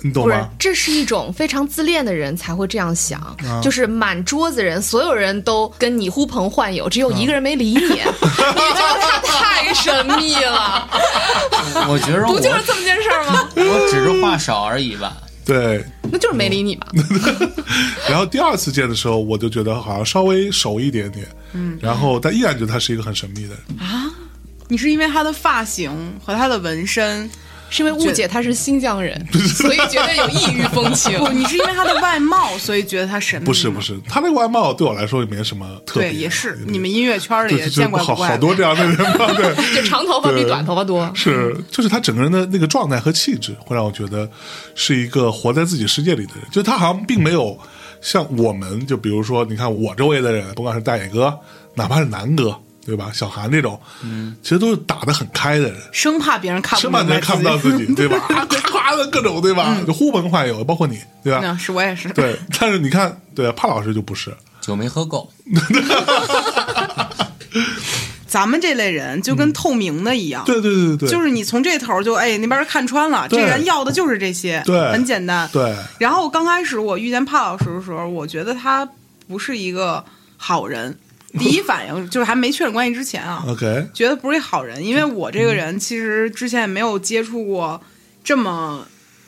你懂不是吗？，这是一种非常自恋的人才会这样想，就是满桌子人，所有人都跟你呼朋唤友，只有一个人没 理你，你觉得他太神秘 了， 我觉着不我就是这么件事儿 吗？我只是话少而已吧。对，那就是没理你嘛。然后第二次见的时候，我就觉得好像稍微熟一点点，嗯，然后但依然觉得他是一个很神秘的人，你是因为他的发型和他的纹身，是因为误解他是新疆 人，所以觉得有异域风 情。不，你是因为他的外貌，所以觉得他神秘？不是不是，是，他那个外貌对我来说也没什么特别，嗯对，也是，对你们音乐圈里对也就见就怪好不怪好多这样的人吧，对，就长头发比短头发多。是，就是他整个人的那个状态和气质，会让我觉得是一个活在自己世界里的人。就他好像并没有像我们，就比如说，你看我周围的人，甭管是大野哥，哪怕是南哥，对吧？小韩这种，嗯，其实都是打得很开的人，生怕别人看不生明白怕嗯别人看不到自己， 对吧？啊，夸夸的各种，对吧？就呼朋唤友，包括你，对吧？ 那是我也是，对，但是你看，对帕老师就不是，酒没喝够，咱们这类人就跟透明的一样，嗯对对对对，就是你从这头就哎那边看穿了，这对人要的就是这些，对很简单。对，然后刚开始我遇见帕老师的时候，我觉得他不是一个 好人，第一反应就是还没确认关系之前啊， OK， 觉得不是一好人，因为我这个人其实之前也没有接触过这么，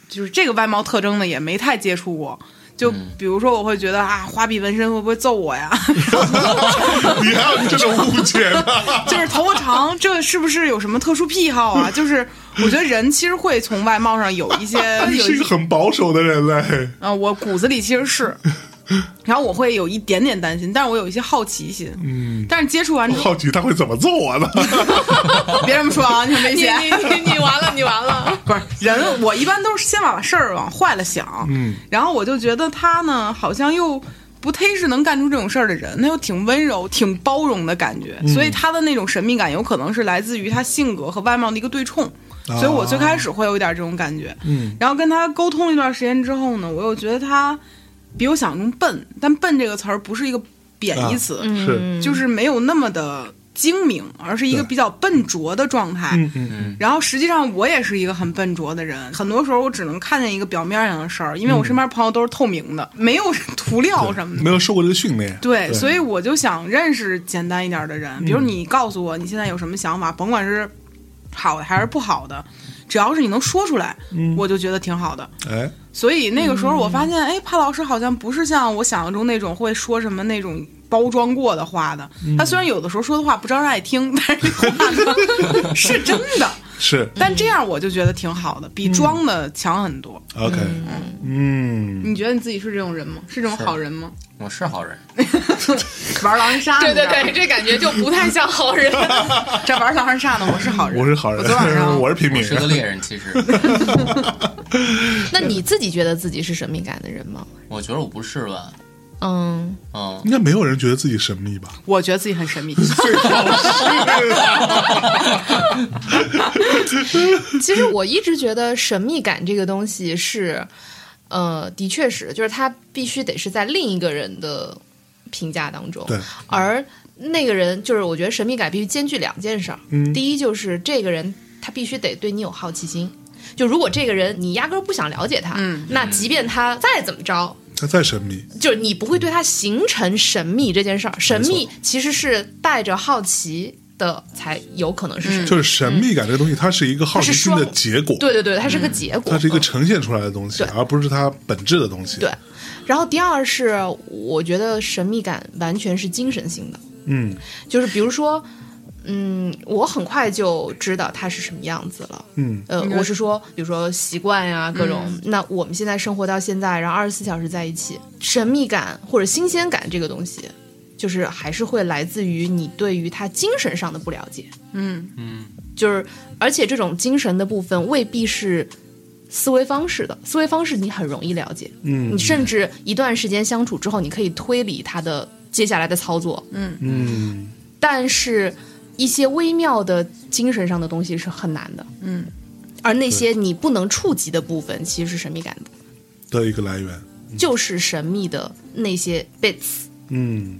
就是这个外貌特征的也没太接触过。就嗯比如说，我会觉得啊，花臂纹身会不会揍我呀？你还有这种误解 呢？就是头发长，这是不是有什么特殊癖好 啊？就是我觉得人其实会从外貌上有一些你 有是一一个些很保守的人嘞。啊、我骨子里其实是，然后我会有一点点担心，但是我有一些好奇心，嗯，但是接触 完之后，好奇他会怎么揍我呢？别这么说啊，你很 危你险。你你你完了，你完了。不是 人，我一般都是先把事儿往坏了想，嗯，然后我就觉得他呢，好像又不忒是能干出这种事儿的人，他又挺温柔、挺包容的感觉，嗯所以他的那种神秘感有可能是来自于他性格和外貌的一个对冲。所以我最开始会有一点这种感觉，啊嗯然后跟他沟通了一段时间之后呢，我又觉得他比我想象中笨，但“笨”这个词儿不是一个贬义啊词，是就是没有那么的精明，而是一个对比较笨拙的状态。嗯嗯然后实际上我也是一个很笨拙的人，很多时候我只能看见一个表面上的事儿，因为嗯我身边朋友都是透明的，没有 涂料什么没的。有受过这个训练，对，所以我就想认识简单一点的嗯人，比如你告诉我你现在有什么想法，甭管是好的还是不好的，只要是你能说出来，我就觉得挺好的。哎，所以那个时候我嗯发现，哎，帕老师好像不是像我想象中那种会说什么那种包装过的话的。嗯他虽然有的时候说的话不招人爱听，但是这 话呢是真的。是但这样我就觉得挺好的，比装的强很多。 OK，嗯，你觉得你自己是这种人吗？是这种好人吗？我是好人，玩狼人杀？ 对对你知道 对，吗，这感觉就不太像好 人。这玩狼人杀呢，我是好人，我是好人我昨晚，上 我是平民我，是个猎人。其 实那你自己觉得自己是神秘感的人吗？我觉得我不是吧，嗯，嗯，应该没有人觉得自己神秘吧？我觉得自己很神秘。其实我一直觉得神秘感这个东西是，呃，的确是，就是它必须得是在另一个人的评价当中，对，而那个人就是我觉得神秘感必须兼具两件事儿，嗯第一就是这个人他必须得对你有好奇心。就如果这个人你压根儿不想了解他，嗯那即便他再怎么着，他再神秘，就是你不会对它形成神秘这件事儿。神没秘其实是带着好奇的，才有可能是神秘。就是神秘感这个东西，它是一个好奇心的结果，对对对，它是个结果，它是一个嗯呈现出来的东西，对而不是它本质的东西。对，。然后第二是，我觉得神秘感完全是精神性的，嗯就是比如说，嗯，我很快就知道他是什么样子了。嗯呃，嗯我是说，比如说习惯呀、各种。那我们现在生活到现在，然后二十四小时在一起，神秘感或者新鲜感这个东西，就是还是会来自于你对于他精神上的不了解。嗯，就是而且这种精神的部分未必是思维方式的，思维方式你很容易了解，嗯你甚至一段时间相处之后，你可以推理他的接下来的操作，嗯，但是一些微妙的精神上的东西是很难的，嗯，而那些你不能触及的部分，其实是神秘感的部分，的一个来源。就是神秘的那些 bits。嗯，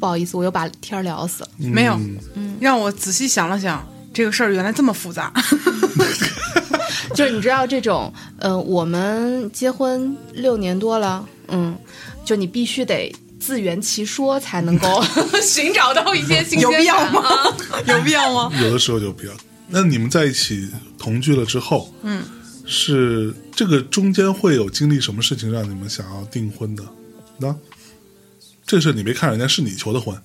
不好意思，我又把天儿聊死 了。没有，让我仔细想了想，这个事儿原来这么复 杂。就是你知道这种，呃，我们结婚六年多了，嗯，就你必须得自圆其说才能 够 寻找到一些新鲜感有必要吗啊？ 有必要吗？有的时候就比较。那你们在一起同居了之后，嗯，是这个中间会有经历什么事情让你们想要订婚的？那这事你没看人家是你求的婚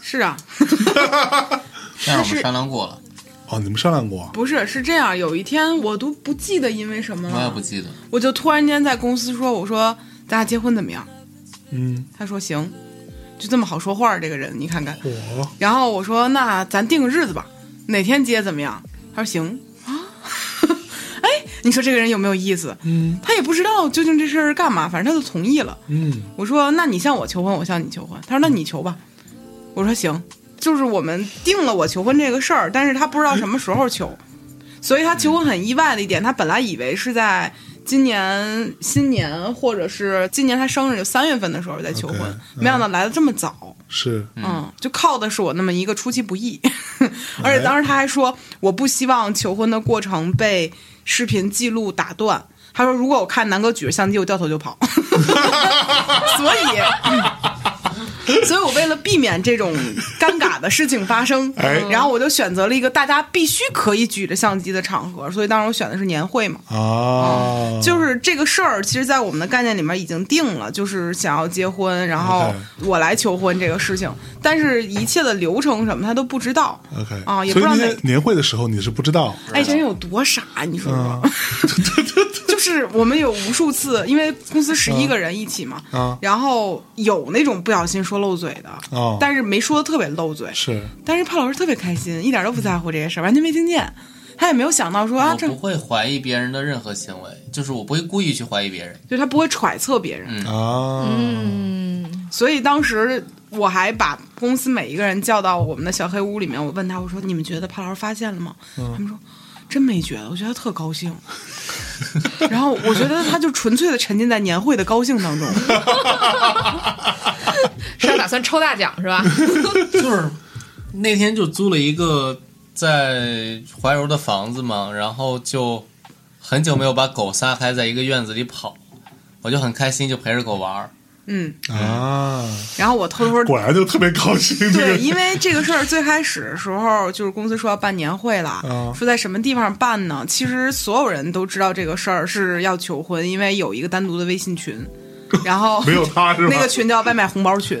是啊，但是我但是们商量过了，哦，你们商量过啊？不是是这样。有一天我都不记得因为什嗯么我也了不，记得。我就突然间在公司说：“我说咱俩结婚怎么样嗯，？”他说：“行。”就这么好说话儿这个人，你看看。我然后我说：“那咱定个日子吧，哪天结怎么样？”他说：“行啊。” 哎，你说这个人有没有意思？嗯他也不知道究竟这事儿是干嘛，反正他就同意了。嗯我说：“那你向我求婚，我向你求婚。”他说：“那你求吧。”我说：“行。”就是我们定了我求婚这个事儿，但是他不知道什么时候求，所以他求婚很意外的一点，他本来以为是在今年新年或者是今年他生日三月份的时候再求婚 OK，嗯没想到来的这么早。是嗯，就靠的是我那么一个出其不意， 而且当时他还说，我不希望求婚的过程被视频记录打断。他说，如果我看南哥举着相机，我掉头就跑。 所以，嗯所以我为了避免这种尴尬的事情发生，哎然后我就选择了一个大家必须可以举着相机的场合，所以当时我选的是年会嘛。啊，哦就是这个事儿，其实，在我们的概念里面已经定了，就是想要结婚，然后 OK 我来求婚这个事情，但是一切的流程什么他都不知道 OK 啊，也不所知以那道哪天。年会的时候你是不知道，嗯哎，这人有多傻，你说说。 就是我们有无数次，因为公司十一个人一起嘛，啊然后有那种不小心说漏嘴的，哦但是没说的特别漏嘴，是但是潘老师特别开心，一点都不在乎这些事儿，完全没听见。他也没有想到说啊，我这哦不会怀疑别人的任何行为，就是我不会故意去怀疑别人。就他不会揣测别人。啊，嗯，所以当时我还把公司每一个人叫到我们的小黑屋里面，我问他，我说你们觉得潘老师发现了吗？嗯他们说。真没觉得，我觉得他特高兴。 然后我觉得他就纯粹的沉浸在年会的高 兴当中。是要打算抽大奖是吧？就是那天就租了一个在怀柔的房子嘛，然后就很久没有把狗撒开在一个院子里跑，我就很开心，就陪着狗玩儿。嗯，啊，然后我偷偷果然就特别高兴。这对，个因为这个事儿最开始的时候，就是公司说要办年会了，嗯说在什么地方办呢？其实所有人都知道这个事儿是要求婚，因为有一个单独的微信群，然后没有他是吧？ 那个群叫外卖红 包群，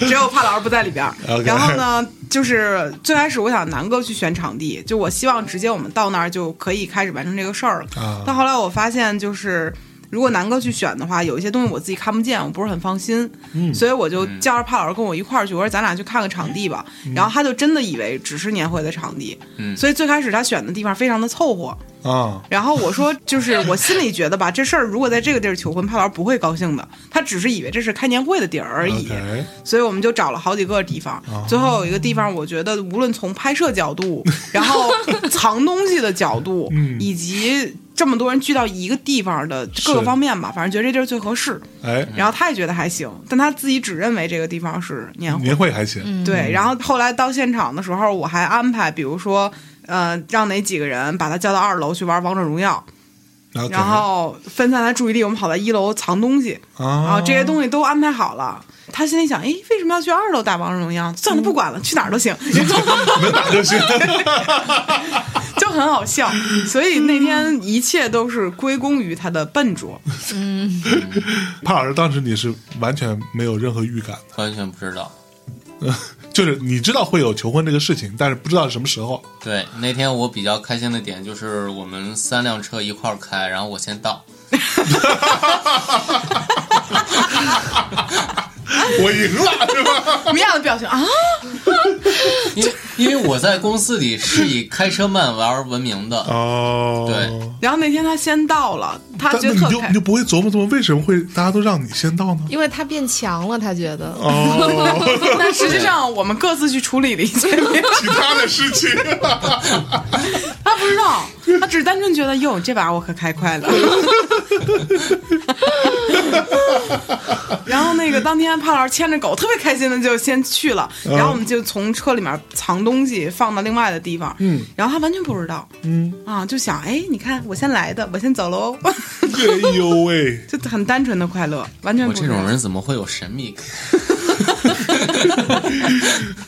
只有怕老师不在里边儿。 OK 然后呢，就是最开始我想南哥去选场地，就我希望直接我们到那儿就可以开始完成这个事儿了。啊但后来我发现就是。如果南哥去选的话，有一些东西我自己看不见，我不是很放心，嗯所以我就叫着帕老师跟我一块儿去，我说咱俩去看个场地吧。嗯然后他就真的以为只是年会的场地，嗯所以最开始他选的地方非常的凑合，啊，然后我说，就是 我心里觉得吧，这事儿如果在这个地儿求婚，帕老师不会高兴的，他只是以为这是开年会的地儿而已。 OK，哦所以我们就找了好几个地方，最后有一个地方，我觉得无论从拍摄 角度，然后藏东西的角度，嗯以及这么多人聚到一个地方的各个是方面吧，反正觉得这地儿最合适。哎，然后他也觉得还行，但他自己只认为这个地方是年会年。会还行，对，然后后来到现场的时候，我还安排，比如说，呃，让哪几个人把他叫到二楼去玩王者荣耀，然然后分散他注意力，我们跑到一楼藏东西，然啊后这些东西都安排好了。他心里想，哎，为什么要去二楼打王者荣耀？算了，不管了，去哪儿 都行，能打就行。就很好笑。所以那天一切都是归功于他的 笨拙。 帕老师当时你是完全没有任何预感完全不知道。的，就是你知道会有求婚这个事情，但是不知道什么时 候。对，那天我比较开心的点就是我们三辆车一块儿开，然后我 先到。我赢了，是吧？米娅的表情啊，因为因为我在公司里是以开车慢玩儿闻名的， 哦，对然后那天他先到了，他但觉那你得特就开你就不会琢磨琢磨为什么会大家都让你先到 呢？ 因为他变强了，他觉得。哦，但实际上我们各自去处理了一切，其他的事情，啊他不知道，他只是单纯觉得哟，这把我可开快了。 然后那个当天帕老师牵着狗特别开心的就先去了，嗯然后我们就从车里面藏东西放到另外的地方，嗯，然后他完全不知道，嗯，啊，就想哎，你看我先来的，我先走喽， 哎呦喂，就很单纯的快乐，完全我不这知道种人怎么会有神秘感？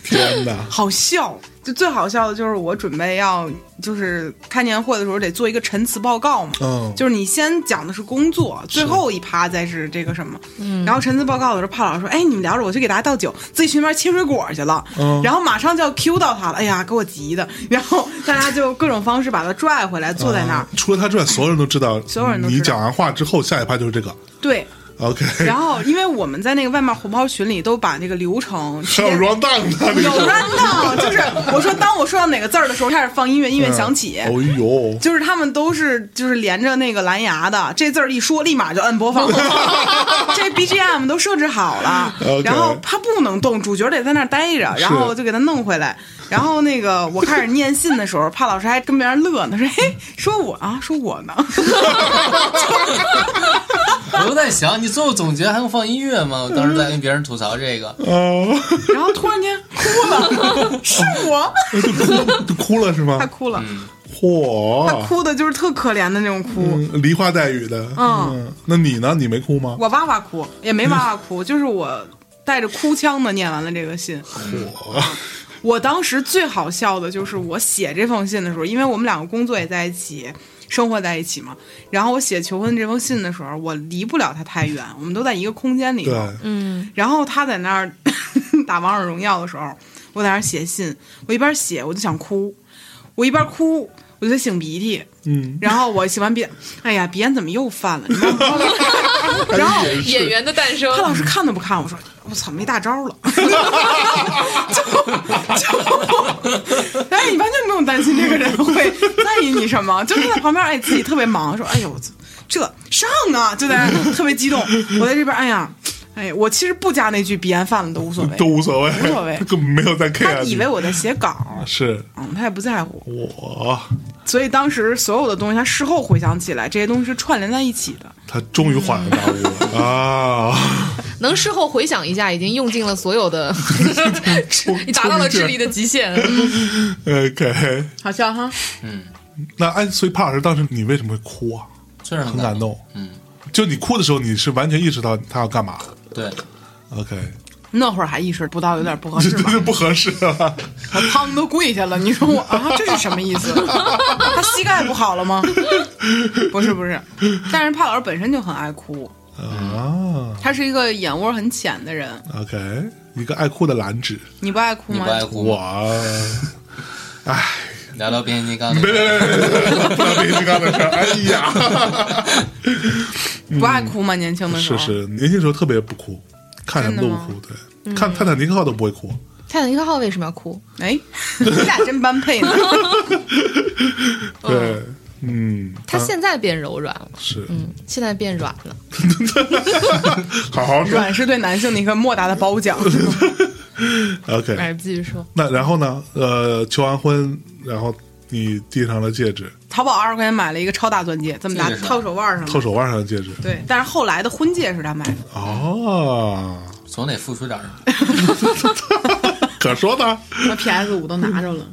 天哪！好笑。就最好笑的就是我准备要就是开年会的时候得做一个陈词报告嘛，嗯，就是你先讲的是工作，最后一趴再是这个什么。嗯然后陈词报告的时候，帕老师说：“哎，你们聊着，我去给大家倒酒，自己去那边切水果去了。嗯然后马上就要 Q 到他了，哎呀，给我急的。然后大家就各种方式把他拽回来，坐在 那儿。啊除了他之外，所有人都知道，所有人都知道你讲完话之后，下一趴就是这个。对， OK， 然后因为我们在那个外卖红包群里都把这个 流程 还有 round down 的那有个 run down，就是我说当我说到哪个字儿的时候，开始放音乐，音乐响起。哎 呦，就是他们都是就是连着那个蓝牙的，这字儿一说，立马就摁播放，这 BGM 都设置好了 OK 然后他不能动，主角得在那儿待着，然后我就给他弄回来。然后那个我开始念信的时候，帕老师还跟别人乐呢，说：“嘿，说我啊，说我呢。我都在想，你最后总结还用放音乐吗？我当 时在跟别人吐槽这个，哦，” 然后突然间哭了，是我，就哭就哭了是他吗？哭了，他嚯，哭的就是特可怜的那种哭。嗯梨花带雨的，嗯嗯，那你呢？你没哭吗？我哇哇哭，也没哇哇哭，就是我带着哭腔的念完了这个信。我当时最好笑的就是我写这封信的时候，因为我们两个工作也在一起，生活在一起嘛。然后我写求婚这封信的时候，我离不了他太远，我们都在一个空间里对头。，然后他在那儿 打王者荣耀的时候，我在那儿写信，我一边写我就想哭，我一边哭我就得擤鼻涕，嗯，然后我擤完鼻，哎呀，鼻炎怎么又犯了？你让我然后演员的诞生他老师看都不看，我说 我操，没大招了，就就，哎，哎，你完全不用担心这个人会在意你什么，就他在旁边，哎，自己特别忙，说，哎呦，我操这上啊，就在那特别激动。我在这边，哎呀，哎，我其实不加那句“彼岸犯了”都无所谓，都啊无所谓，无所谓他根本没有在 care 他你。以为我在写稿，是嗯，他也不在乎。我，所以当时所有的东西，他事后回想起来，这些东西是串联在一起的。他终于恍然大 悟了啊！能事后回想一下，已经用尽了所有的，你达到了智力的极限。 OK，好笑哈，那哎，所以潘老师当时你为什么会哭啊？确实很很感动。动。嗯，就你哭的时候，你是完全意识到他要干嘛对， ？OK，那会儿还意识不到有点不 合这适真吧？的不合适啊！我砰都跪下了，你说我 啊，这是什么意思？他膝盖不好了吗？ 不是不是，但是帕老师本身就很爱哭，啊他是一个眼窝很浅的人。 ，OK，一个爱哭的蓝纸，你不爱哭你吗不？爱哭我吗？，哎，聊聊变 形金刚那别别个。别别别，不能提金刚的事儿。哎呀，不爱哭吗？年轻的时是候，是，年轻时候特别不哭，看什么都不哭，对，看《泰坦尼克号》都不会哭。 泰坦尼克号为什么要哭？哎，你俩真般配 呢。对，嗯，它现在变柔软了，是嗯，现在变软了。好好说。软是对男性的一个莫大的褒 奖。 OK，哎，继续说，那然后呢？呃，求完婚，然后你递上了戒指，淘宝二十块钱买了一个超大钻戒，这么大这个是吧套手腕上套的。手腕上的戒指。对，但是后来的婚戒是他买的。哦，总得付出点什么。可说呢。那 PS 五都拿着了，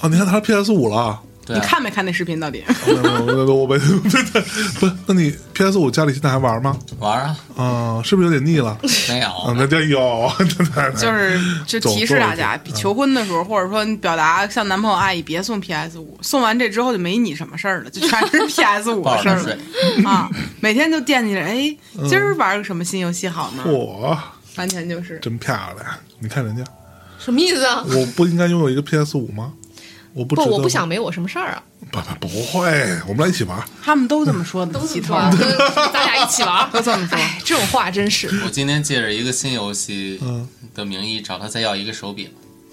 哦，你看他 PS 五了。对、你啊，看没看那视频？到底没有没有没有我没不是，那你 PS 五家里现在还玩吗？玩啊，啊、是不是有点腻了？没有。嗯啊，那这有，就是就哎总提示大做家，一嗯比求婚的时候，或者说你表达向男朋友爱意，别送 PS 五。送完这之后就没你什么事儿了，就全是 PS 五抱的事着儿他睡了，啊！每天就惦记着，哎，嗯今儿玩个什么新游戏好呢？哇，完全就是真漂亮！你看人家，什么意思啊？我不应该拥有一个 PS 五吗？我不不，值得我不吗想没我什么事 儿啊，不不不会，我们俩一起玩。他们都这么说的，都起头玩，啊咱俩一起玩，都这么说。哎，这种话真是。我今天借着一个新游戏嗯的名义找他再要一个手柄，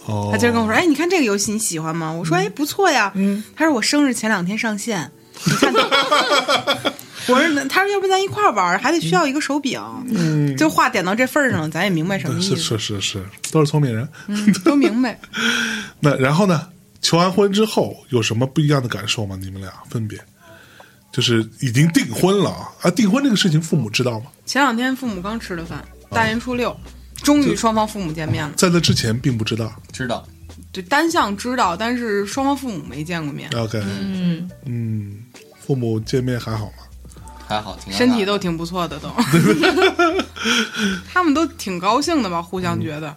哦，他今儿跟我说：“哎，你看这个游戏你喜欢吗？”我说：“哎，不错呀。”嗯他说：“我生日前两天上线。”你 看他，我说：“他说要不咱一块儿玩儿，还得需要一个手柄。”嗯，就话点到这份儿上了，咱也明白什么意是思，是是是，都是聪明人。都明白。 那然后呢？求完婚之后有什么不一样的感受吗？你们俩分别，就是已经订婚了啊！啊订婚这个事情，父母知道吗？前两天父母刚吃的啊饭，大年初六，终于双方父母见面了。在那之前并不知道。知道对，单向知道，但是双方父母没见过面， OK，嗯父母见面还好吗？还好，挺尴尬的身体都挺不错 的，都。他们都挺高兴的吧，互相觉得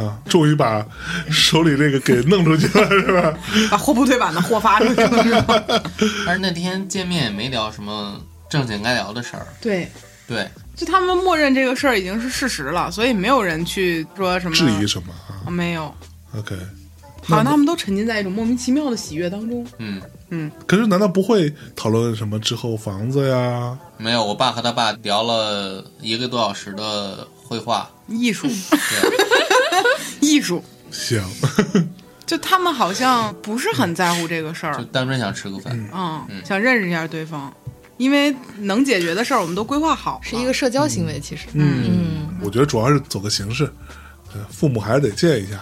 啊，终于把手里这个给弄出去了，是吧？把货不对版的货发出去了，是 吧？但是那天见面也没聊什么正经该聊的事儿。对。对，就他们默认这个事儿已经是事实了，所以没有人去说什么质疑什么啊啊，没有， ？OK，好像他们都沉浸在一种莫名其妙的喜悦当中。嗯，可是难道不会讨论什么之后房子呀？没有。我爸和他爸聊了一个多小时的绘画，艺术，对，艺术，行，就他们好像不是很在乎这个事就儿，单纯想吃个饭。嗯，嗯想认识一下对方，因为能解决的事儿我们都规划好了，是一个社交行为，其实，嗯， 我觉得主要是走个形式，呃父母还是得见一下。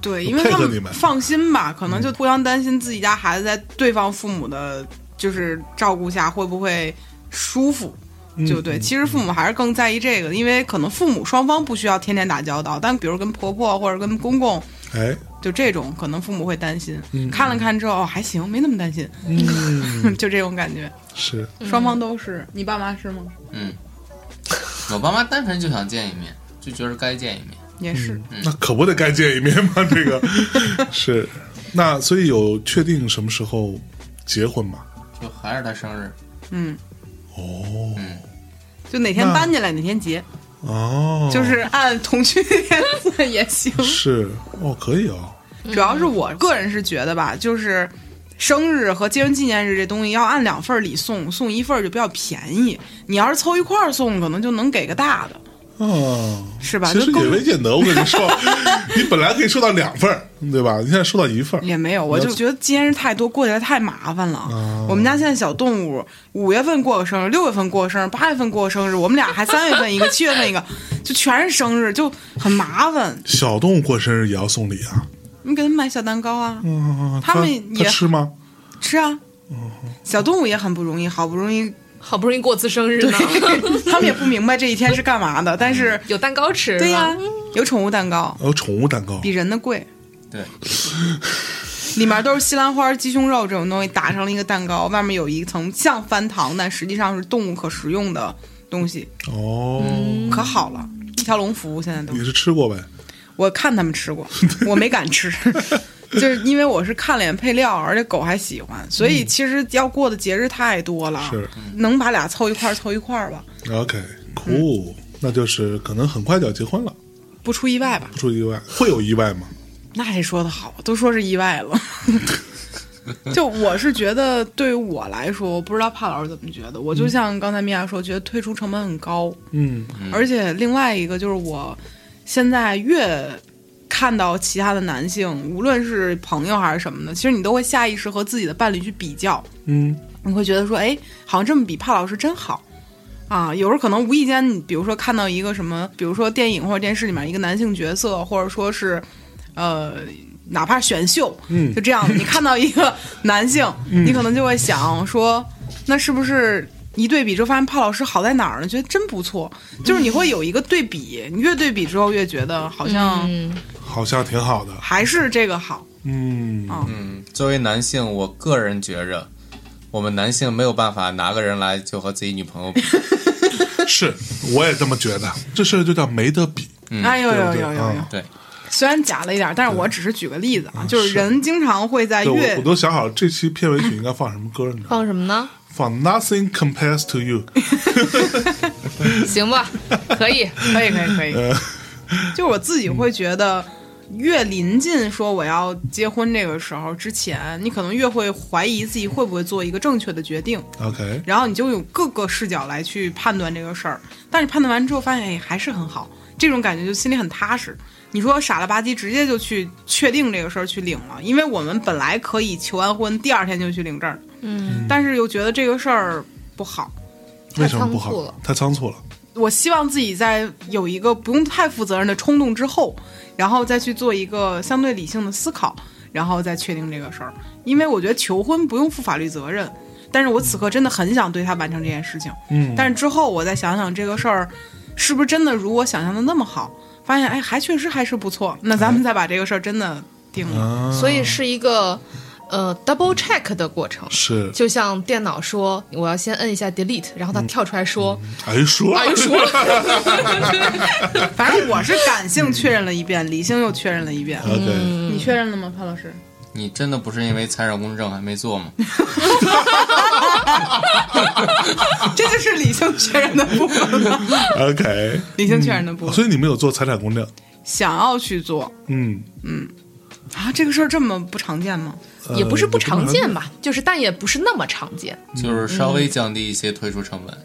对，我因为配他合你们嗯放心吧，可能就互相担心自己家孩子在对方父母的就是照顾下会不会舒服。嗯就对，其实父母还是更在意这个的，因为可能父母双方不需要天天打交道，但比如跟婆婆或者跟公公，哎，就这种可能父母会担心。嗯看了看之后，哦，还行，没那么担心， 就这种感觉， 是双方都是。嗯你爸妈是吗？嗯，我爸妈单纯就想见一面，就觉得该见一面。也是，那可不得该见一面吗？这个 是，那所以有确定什么时候结婚吗？就还是他生日，嗯，哦就哪天那搬进来哪天结，哦，就是按同居天算也行。 是哦，可以哦，主要是我个人是觉得吧，就是生日和结婚纪念日这东西要按两份儿礼送，送一份儿就比较便宜。你要是凑一块儿送，可能就能给个大的。哦，是吧其实就够也没见得，我跟你 说，你本来可以收到两份儿，对吧？你现在收到一份儿，也没有，我就觉得节日太多，过起来太麻烦了。哦我们家现在小动物，五月份过个生日，六月份过个生日，八月份过个生日，我们俩还三月份一个，七月份一个，就全是生日，就很麻烦。小动物过生日也要送礼啊。你给他们买小蛋糕啊，嗯，他们他也吃吗？吃啊。嗯小动物也很不容易，好不容易，好不容易过次生日呢， 他们也不明白这一天是干嘛的，但是 有蛋糕吃，对呀、是吧有宠物蛋糕有宠物蛋糕比人的贵，对，里面都是西兰花、鸡胸肉这种东西打成了一个蛋糕，外面有一层像翻糖，但实际上是动物可食用的东西。哦，可好了，一条龙服务现在都你。是吃过呗？我看他们吃过，我没敢吃，就是因为我是看脸配料，而且狗还喜欢，所以其实要过的节日太多了，是能把俩凑一块儿凑一块儿吧， OK，酷，那就是可能很快就要结婚了，不出意外吧不？出意外会有意外吗？那谁说的好？都说是意外了。 就我是觉得，对于我来说，我不知道帕老师怎么觉得。我就像刚才米娅说，觉得退出成本很高，嗯，而且另外一个就是我现在越看到其他的男性，无论是朋友还是什么的，其实你都会下意识和自己的伴侣去比较，嗯，你会觉得说，哎，好像这么比帕老师真好。啊，有时候可能无意间，你比如说看到一个什么，比如说电影或者电视里面一个男性角色，或者说是，呃，哪怕选秀，嗯就这样，你看到 一个男性，你可能就会想说，那是不是一对比之后发现帕老师好在哪儿呢？觉得真不错，就是你会有一个对比，你越对比之后越觉得好像嗯，好像挺好的，还是这个好。嗯，啊嗯，作为男性，我个人觉着，我们男性没有办法拿个人来就和自己女朋友比，是，我也这么觉得，这事儿就叫没得比，哎嗯呦对呦不对呦呦呦啊！ 对，虽然假了一点，但是我只是举个例子啊，就是人经常会在哎对，我越我都想好这期片尾曲应该放什么歌呢？放什么呢？放 Nothing Compares to You，行吧，可以，可以可以可以， 就是我自己会觉得，越临近说我要结婚这个时候之前，你可能越会怀疑自己会不会做一个正确的决定， OK，然后你就有各个视角来去判断这个事儿。但是判断完之后发现，哎，还是很好，这种感觉就心里很踏实。你说傻了吧唧，直接就去确定这个事儿去领了，因为我们本来可以求完婚第二天就去领证，嗯，但是又觉得这个事儿不好。为什么不仓促了好？太仓促了，我希望自己在有一个不用太负责任的冲动之后，然后再去做一个相对理性的思考，然后再确定这个事儿。因为我觉得求婚不用负法律责任，但是我此刻真的很想对他完成这件事情。嗯，但是之后我再想想这个事儿，是不是真的如我想象的那么好？发现哎，还确实还是不错。那咱们再把这个事儿真的定了。啊，所以是一个呃 double check 的过程，是，就像电脑说我要先摁一下 delete，然后它跳出来说，哎说了哎说反正我是感性确认了一遍，理性又确认了一遍。 ，OK，嗯你确认了吗，潘老师？ 你真的不是因为参照工证还没做吗？这就是理性确认的部 分了， OK，理性确认的部分。所以你没有做财产公证，想要去做嗯，啊，这个事儿这么不常见吗？也不是呃不常见吧，就是但也不是那么常见，就是稍微降低一些退出成本。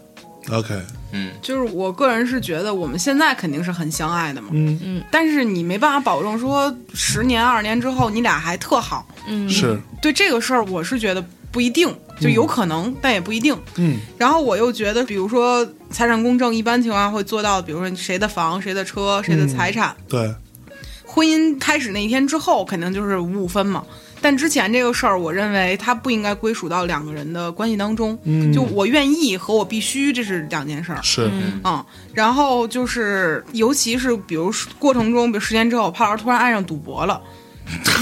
，OK，嗯，就是我个人是觉得我们现在肯定是很相爱的嘛，嗯，但是你没办法保证说十年二十年之后你俩还特好。是，对这个事儿，我是觉得不一定，就有可能，但也不一定。嗯，然后我又觉得，比如说财产公证，一般情况下会做到，比如说谁的房、谁的车、谁的财产。对，婚姻开始那一天之后，肯定就是五五分嘛。但之前这个事儿，我认为它不应该归属到两个人的关系当中。嗯就我愿意和我必须，这是两件事儿。是，嗯，然后就是，尤其是比如说过程中，比如十年之后，帕老师突然爱上赌博 了，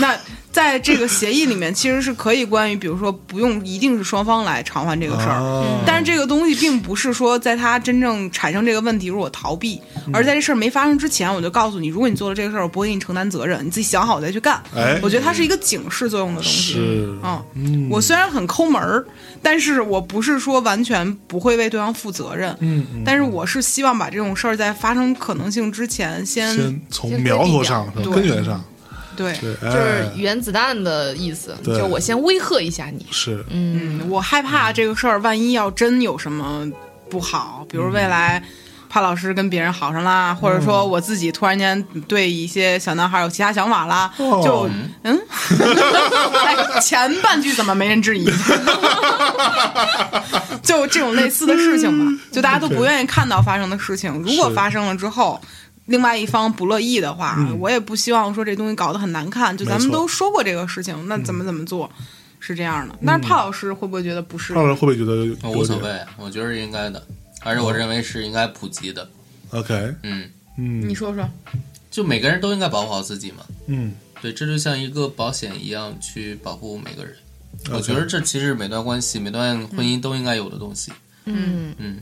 那在这个协议里面，其实是可以关于，比如说不用一定是双方来偿还这个事儿。啊但是这个东西并不是说在他真正产生这个问题时我逃避，嗯而在这事儿没发生之前，我就告诉你，如果你做了这个事儿，我不会给你承担责任，你自己想好再去干。哎我觉得它是一个警示作用的东西。是，嗯，我虽然很抠门儿，但是我不是说完全不会为对方负责任。嗯嗯但是我是希望把这种事儿在发生可能性之前先，先从苗头上，先是吧规根避掉源上，对，对，哎就就是原子弹的意思，对就我先威吓一下你，是，嗯嗯，我害怕这个事儿万一要真有什么不好，比如未来怕老师跟别人好上嗯啦，或者说我自己突然间对一些小男孩有其他想法啦，哦就 嗯，哎前半句怎么没人质疑？ 就这种类似的事情吧，就大家都不愿意看到发生的事情。如果嗯是发生了之后，另外一方不乐意的话，我也不希望说这东西搞得很难看。就咱们嗯没错嗯都说过这个事情，那怎么怎么做、是这样的。但是帕老师会不会觉得不是？胖老师会不会哦觉得哦我有哦无所点谓，我觉得是应该的，而且我认为是应该普及的。 ？OK，嗯，嗯你说说，就每个人都应该保护好自己嘛。嗯，对，这就像一个保险一样去保护每个人。我嗯 OK 觉得这其实是每段关系、每段婚姻都应该有的东西。嗯嗯，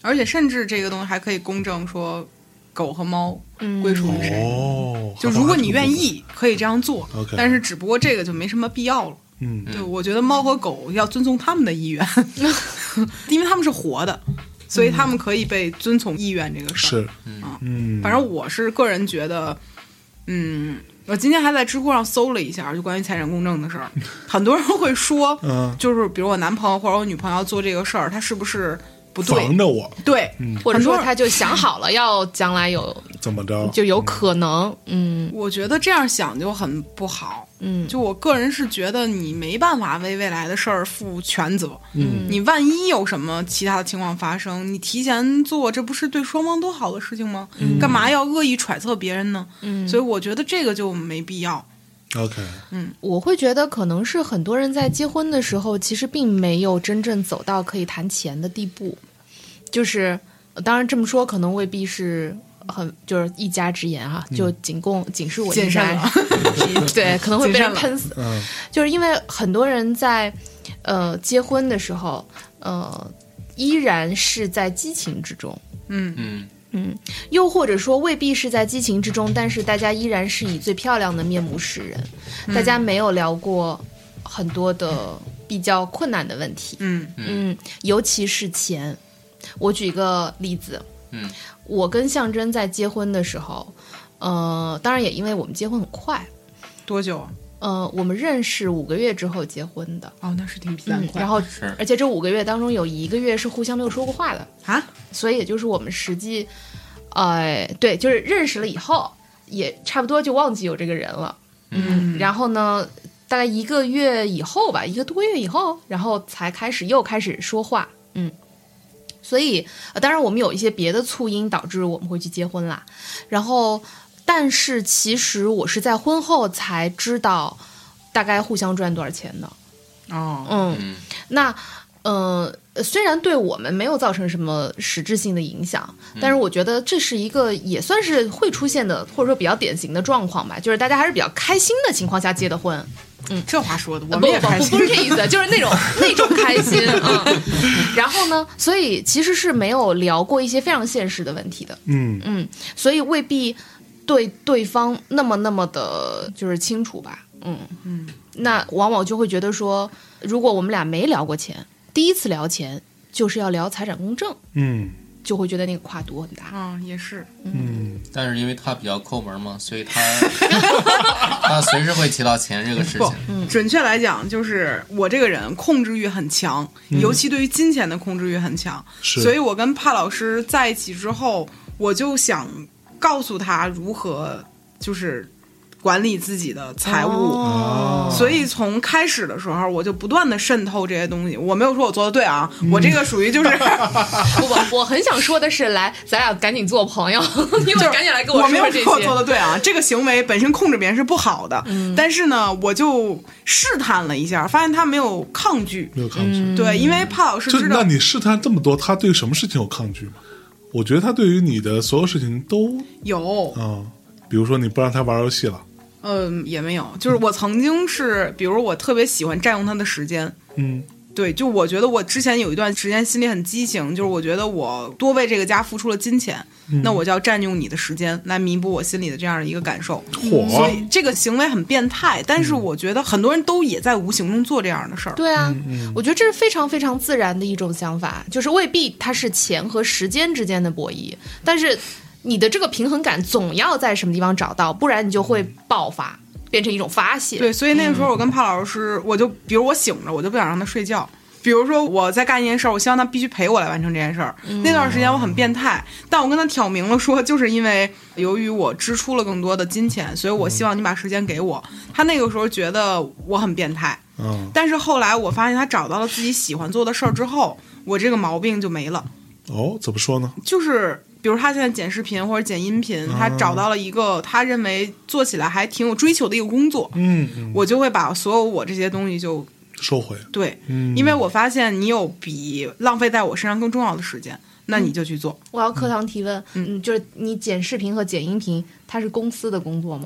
而且甚至这个东西还可以公证说，狗和猫嗯归属于谁。哦，嗯就好吧如果你愿，意，可以这样做 OK 但是只不过这个就没什么必要了。嗯，对，我觉得猫和狗要遵从他们的意愿，因为他们是活的，所以他们可以被遵从意愿这个事儿。是，嗯，啊反正我是个人觉得，嗯，我今天还在知乎上搜了一下，就关于财产公证的事 儿，很多人会说，嗯就是比如我男朋友或者我女朋友做这个事儿，他是不是不防对？着我对，或者很多说人他就想好了要将来有怎么着？就有可能，嗯我觉得这样想就很不好。嗯，就我个人是觉得你没办法为未来的事儿负全责，嗯，你万一有什么其他的情况发生，你提前做，这不是对双方都好的事情吗？干嘛要恶意揣测别人呢？嗯，所以我觉得这个就没必要。 OK，我会觉得可能是很多人在结婚的时候，其实并没有真正走到可以谈钱的地步，就是呃当然这么说可能未必是。很就是一家之言哈、啊就仅供仅是我一谨慎家了， 对，可能会被谨慎人了喷死。嗯就是因为很多人在呃结婚的时候，呃，依然是在激情之中，嗯嗯，又或者说未必是在激情之中，但是大家依然是以最漂亮的面目示人，大家没有聊过很多的比较困难的问题，嗯。嗯，尤其是钱。我举一个例子，嗯，我跟象征在结婚的时候，呃，当然也因为我们结婚很快，多久啊？呃，我们认识五个月之后结婚的，哦，那是挺比嗯，然然后后是而且这五个月当中有一个月是互相没有说过话的，啊，所以也就是我们实际，呃，对，就是认识了以后，也差不多就忘记有这个人了。嗯然后呢，大概一个月以后吧，一个多月以后，然后才开始又开始说话。嗯，所以、呃当然我们有一些别的促因导致我们会去结婚啦。然后，但是其实我是在婚后才知道大概互相赚多少钱的。哦，嗯，嗯那呃，虽然对我们没有造成什么实质性的影响，但是我觉得这是一个也算是会出现的，或者说比较典型的状况吧，就是大家还是比较开心的情况下结的婚。这话说的，我嗯呃不们也开不心不。是这意 思，就是那种那种开心啊、嗯。然后呢，所以其实是没有聊过一些非常现实的问题的，嗯嗯，所以未必对对方那么那么的，就是清楚吧，嗯嗯，那往往就会觉得说，如果我们俩没聊过钱，第一次聊钱就是要聊财产公证，嗯就会觉得那个跨度很大，嗯，也是，嗯，但是因为他比较抠门嘛，所以他他随时会提到钱这个事哦不情。，嗯准确来讲，就是我这个人控制欲很强，尤其对于金钱的控制欲很强，嗯是所以我跟帕老师在一起之后，我就想告诉他如何就是管理自己的财务，哦所以从开始的时候，我就不断的渗透这些东西。我没有说我做的对啊，嗯我这个属 于就是我我很想说的是，来，咱俩赶紧做朋 友，你们赶紧来跟我我没说说有这说我做些。的对啊，这个行为本身控制别人是不好的，嗯但是呢，我就试探了一下，发现他没有抗拒。没有抗拒。对，因为帕老师嗯就嗯知那道，你试探这么多，他对什么事情有抗拒吗？我觉得他对于你的所有事情都有，啊、比如说你不让他玩游戏了，嗯、也没有，就是我曾经是，比如我特别喜欢占用他的时间，嗯对，就我觉得我之前有一段时间心里很畸形，就是我觉得我多为这个家付出了金钱，那我就要占用你的时间来弥补我心里的这样的一个感受。嚯所以这个行为很变态，但是我觉得很多人都也在无形中做这样的事儿。对啊，我觉得这是非常非常自然的一种想法，就是未必它是钱和时间之间的博弈，但是你的这个平衡感总要在什么地方找到，不然你就会爆发，变成一种发泄。对，所以那个时候我跟帕老师，我就比如我醒着，我就不想让他睡觉，比如说我在干一件事儿，我希望他必须陪我来完成这件事儿。那段时间我很变态，但我跟他挑明了说，就是因为由于我支出了更多的金钱，所以我希望你把时间给我。他那个时候觉得我很变态，嗯，但是后来我发现他找到了自己喜欢做的事儿之后，我这个毛病就没了。哦，怎么说呢？就是比如他现在剪视频或者剪音频，他找到了一个他认为做起来还挺有追求的一个工作，嗯，嗯我就会把所有我这些东西就收回，对，嗯，因为我发现你有比浪费在我身上更重要的时间，那你就去做。我要课堂提问，嗯，就是你剪视频和剪音频，它是公司的工 作吗？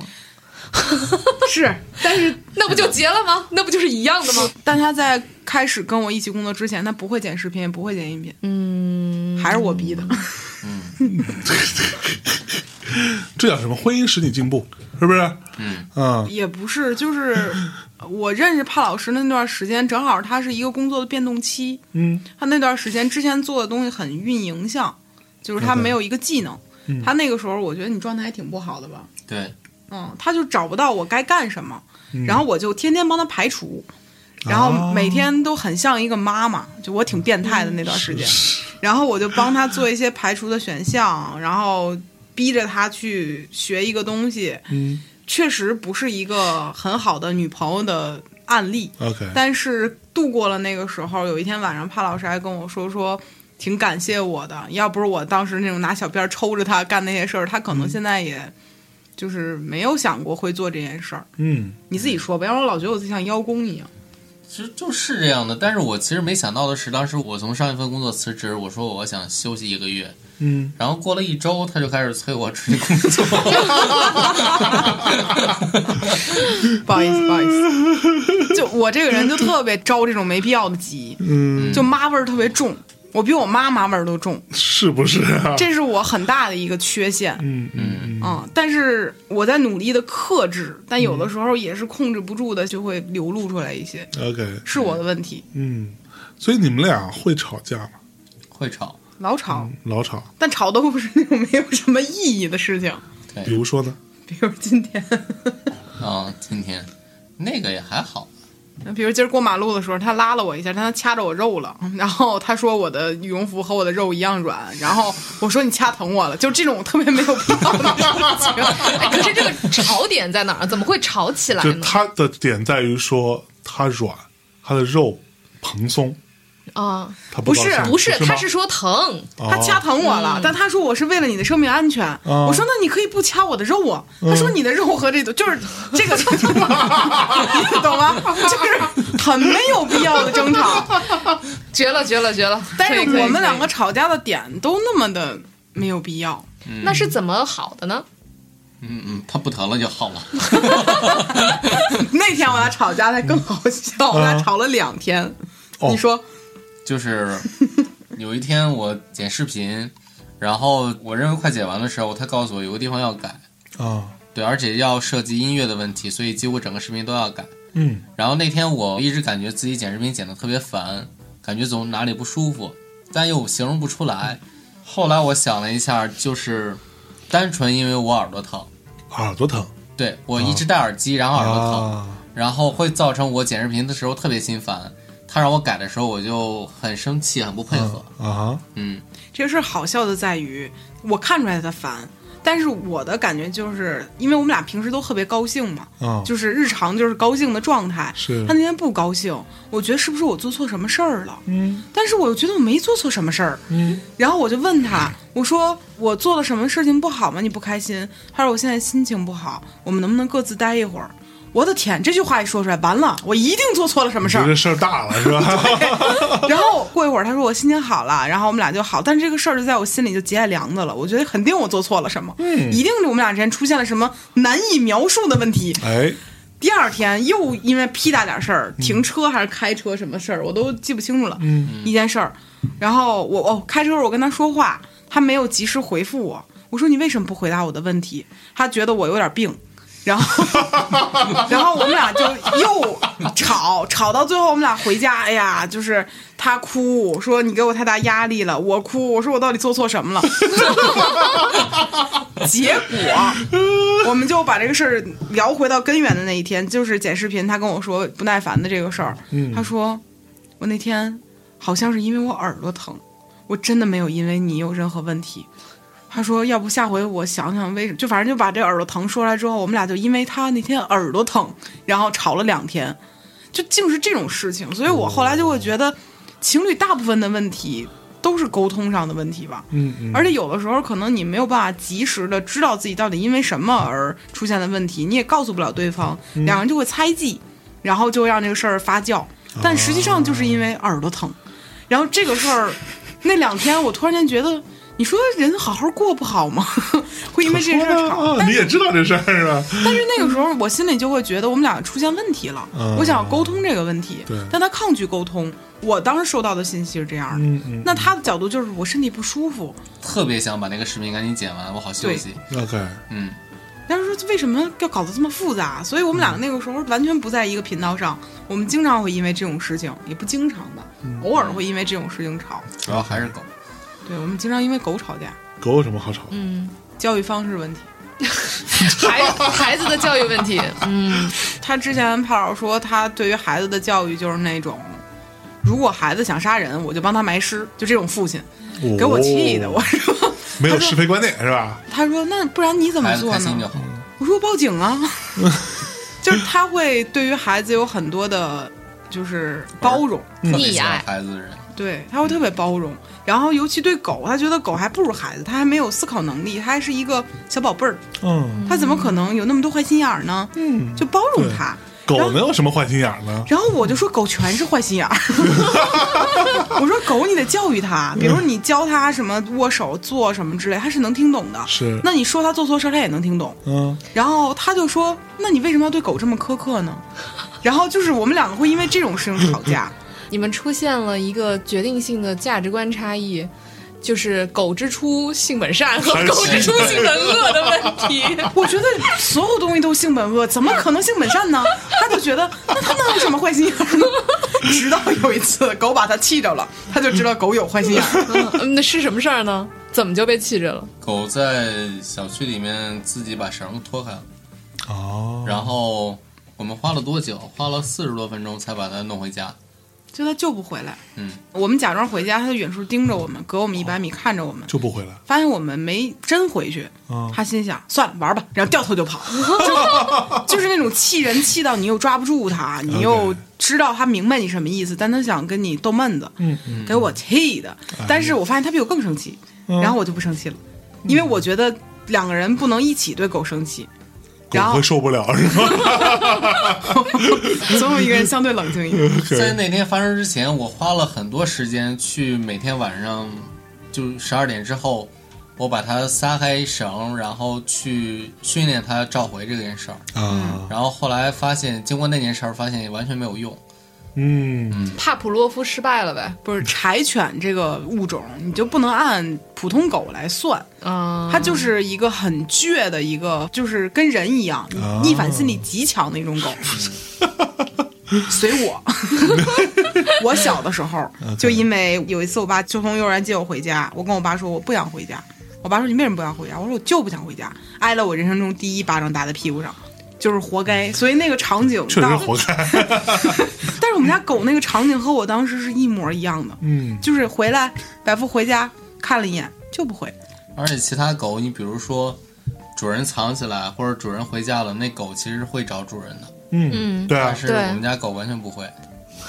是，但是那不就结了吗？那不嗯就是一样的吗？但他在开始跟我一起工作之前，他不会剪视频，也不会剪音频，嗯，还是我逼的。这叫什么？婚姻使你进步，是不是？嗯嗯 也不是，就是我认识帕老师那段时间，正好他是一个工作的变动期。嗯，他那段时间之前做的东西很运营项，就是他 OK 没有一个技能。他那个时候，我觉得你状态还挺不好的吧？对，嗯，他就找不到我该干什么，嗯然后我就天天帮他排除，然后每天都很像一个妈妈，就我挺变态的那段时间，然后我就帮他做一些排除的选项，然后逼着他去学一个东西，嗯确实不是一个很好的女朋友的案例， ，OK，但是度过了那个时候，有一天晚上，帕老师还跟我说说，挺感谢我的，要不是我当时那种拿小鞭儿抽着他干那些事儿，他可能现在也就是没有想过会做这件事儿。嗯你自己说吧，要不然我老觉得我自己像邀功一样。其实就是这样的。但是我其实没想到的是，当时我从上一份工作辞职，我说我想休息一个月，嗯，然后过了一周，他就开始催我出去工作。 不好意思，不好意思，就我这个人就特别招这种没必要的急，嗯，就妈味儿特别重，我比我妈妈味儿都重，是不是啊？这是我很大的一个缺陷。嗯嗯嗯，但是我在努力的克制，但有的时候也是控制不住的，就会流露出来一些，嗯，OK，是我的问题，嗯，所以你们俩会吵架吗？会吵，老吵，老吵，但吵都不是那种没有什么意义的事情，对比，如说呢？比如今天，啊、今天那个也还好，比如今儿过马路的时候，他拉了我一下，但他掐着我肉了，然后他说我的羽绒服和我的肉一样软，然后我说你掐疼我了，就这种特别没有必要的事 情。哎，可是这个吵点在哪儿？怎么会吵起来就呢？他的点在于说他软，他的肉蓬松，啊，他不是高兴不是，吗他是说疼，他掐疼我了，但他说我是为了你的生命安全。我说那你可以不掐我的肉啊。他说你的肉和这个就是这个， 你懂吗？就是很没有必要的 争吵。绝了，绝了，绝了！但是可以可以嗯我们两可个吵架的点都那么的没有必要。以那是怎么好的呢？嗯嗯，他不疼了就好 了。那天我俩吵架才更好笑，我俩吵了两天。嗯哦你说就是有一天我剪视频，然后我认为快剪完的时候，他告诉我有个地方要改，啊，对，而且要涉及音乐的问题，所以几乎整个视频都要改。嗯然后那天我一直感觉自己剪视频剪得特别烦，感觉总哪里不舒服，但又形容不出来。后来我想了一下，就是单纯因为我耳朵疼，耳朵疼，对我一直戴耳机，然后耳朵疼，啊，然后会造成我剪视频的时候特别心烦。他让我改的时候，我就很生气，很不配合。啊，嗯，这个事儿好笑的在于，我看出来他烦，但是我的感觉就是，因为我们俩平时都特别高兴嘛，啊就是日常就是高兴的状态。是他那天不高兴，我觉得是不是我做错什么事儿了？嗯但是我又觉得我没做错什么事儿，嗯，然后我就问他，我说我做了什么事情不好吗？你不开心？他说我现在心情不好，我们能不能各自待一会儿？我的天，这句话一说出来，完了，我一定做错了什么事觉儿得。事儿大了是吧？ 然后过一会儿，他说我心情好了，然后我们俩就好。但是这个事儿就在我心里就结下梁子了，我觉得肯定我做错了什么，一定是我们俩之间出现了什么难以描述的问题。 哎，第二天又因为屁大点事儿，停车还是开车什么事儿，我都记不清楚了。嗯，一件事儿，然后我哦开车时候我跟他说话，他没有及时回复我，我说你为什么不回答我的问题？他觉得我有点病。然后，然后我们俩就又吵，吵到最后，我们俩回家，哎呀，就是他哭说你给我太大压力了，我哭我说我到底做错什么了？ 结果 我们就把这个事儿聊回到根源的那一天，就是剪视频，他跟我说不耐烦的这个事儿，他说我那天好像是因为我耳朵疼，我真的没有因为你有任何问题。他说，要不下回我想想为什么，就反正就把这耳朵疼说出来之后，我们俩就因为他那天耳朵疼，然后吵了两天，就竟是这种事情。所以我后来就会觉得，情侣大部分的问题都是沟通上的问题吧。嗯嗯，而且有的时候可能你没有办法及时的知道自己到底因为什么而出现的问题，你也告诉不了对方，嗯两人就会猜忌，然后就让这个事儿发酵。哦但实际上就是因为耳朵疼，然后这个事儿，那两天我突然间觉得，你说人好好过不好吗？ 会因为这事儿吵？啊，你也知道这事儿是吧？但是那个时候我心里就会觉得我们俩出现问题了，嗯我想要沟通这个问题对，但他抗拒沟通。我当时收到的信息是这样的，嗯嗯那他的角度就是我身体不舒服，特别想把那个视频赶紧剪完，我好休息。 ，OK，嗯，但是说为什么要搞得这么复杂？所以我们两个那个时候完全不在一个频道上，我们经常会因为这种事情，也不经常吧，偶尔会因为这种事情吵。主要还是狗。对，我们经常因为狗吵架，狗有什么好吵？嗯，教育方式问题。 孩孩子的教育问 题，嗯，他之前炮儿说他对于孩子的教育就是那种，如果孩子想杀人，我就帮他埋尸，就这种父亲，嗯给我气的。哦我说， 没有是非观点是吧？他说那不然你怎么孩子做开心就呢？好。我说我报警啊， 就是他会对于孩子有很多的，就是包容。特别溺喜爱欢孩子的人，对，他会特别包容。然后尤其对狗，他觉得狗还不如孩子，他还没有思考能力，他还是一个小宝贝儿，嗯他怎么可能有那么多坏心眼儿呢？嗯，就包容他。狗能有什么坏心眼儿呢？然后我就说狗全是坏心眼 儿， 我说狗你得教育它，比如你教它什么握手、做什么之类，它是能听懂的。是那你说它做错事儿，它也能听懂。嗯，然后他就说：“那你为什么要对狗这么苛刻呢？”然后就是我们两个会因为这种事情吵架。你们出现了一个决定性的价值观差异，就是“狗之初，性本善”和还“是狗之初，性本恶”的问题。我觉得所有东西都性本恶，怎么可能性本善呢？他就觉得那他能有什么坏心眼儿呢？直到有一次狗把他气着了，他就知道狗有坏心眼儿。 嗯，那是什么事儿呢？怎么就被气着了？狗在小区里面自己把绳脱开了，哦，然后我们花了多久？花了四十多分钟才把它弄回家。就他救不回来。嗯，我们假装回家，他就远处盯着我们，隔我们一百米看着我们，就不回来发现我们没真回去。啊。他心想：算了，玩吧，然后掉头就跑，就是就是那种气人，气到你又抓不住他，你又 OK 知道他明白你什么意思，但他想跟你逗闷子，嗯哎给我气的。但是我发现他比我更生气，嗯然后我就不生气了，因为我觉得两个人不能一起对狗生气，然狗后会受不了是吧？ 总有一个人相对冷静一点。 在那天发生之前，我花了很多时间去每天晚上，就十二点之后，我把它撒开绳，然后去训练它召回这件事儿。嗯啊，然后后来发现，经过那件事儿，发现也完全没有用。嗯，帕普洛夫失败了呗？不是柴犬这个物种，你就不能按普通狗来算，啊、它就是一个很倔的一个，就是跟人一样哦，逆反心理极强的一种狗。 随我， 我小的时候 OK 就因为有一次我爸就从幼儿园接我回家，我跟我爸说我不想回家，我爸说你为什么不想回家？我说我就不想回家，挨了我人生中第一巴掌打在屁股上，就是活该。所以那个场景确实当活该。但是我们家狗那个场景和我当时是一模一样的，嗯，就是回来，百富回家看了一眼就不回，而且其他狗，你比如说主人藏起来，或者主人回家了，那狗其实会找主人的，嗯，嗯对啊但，是对我们家狗完全不会。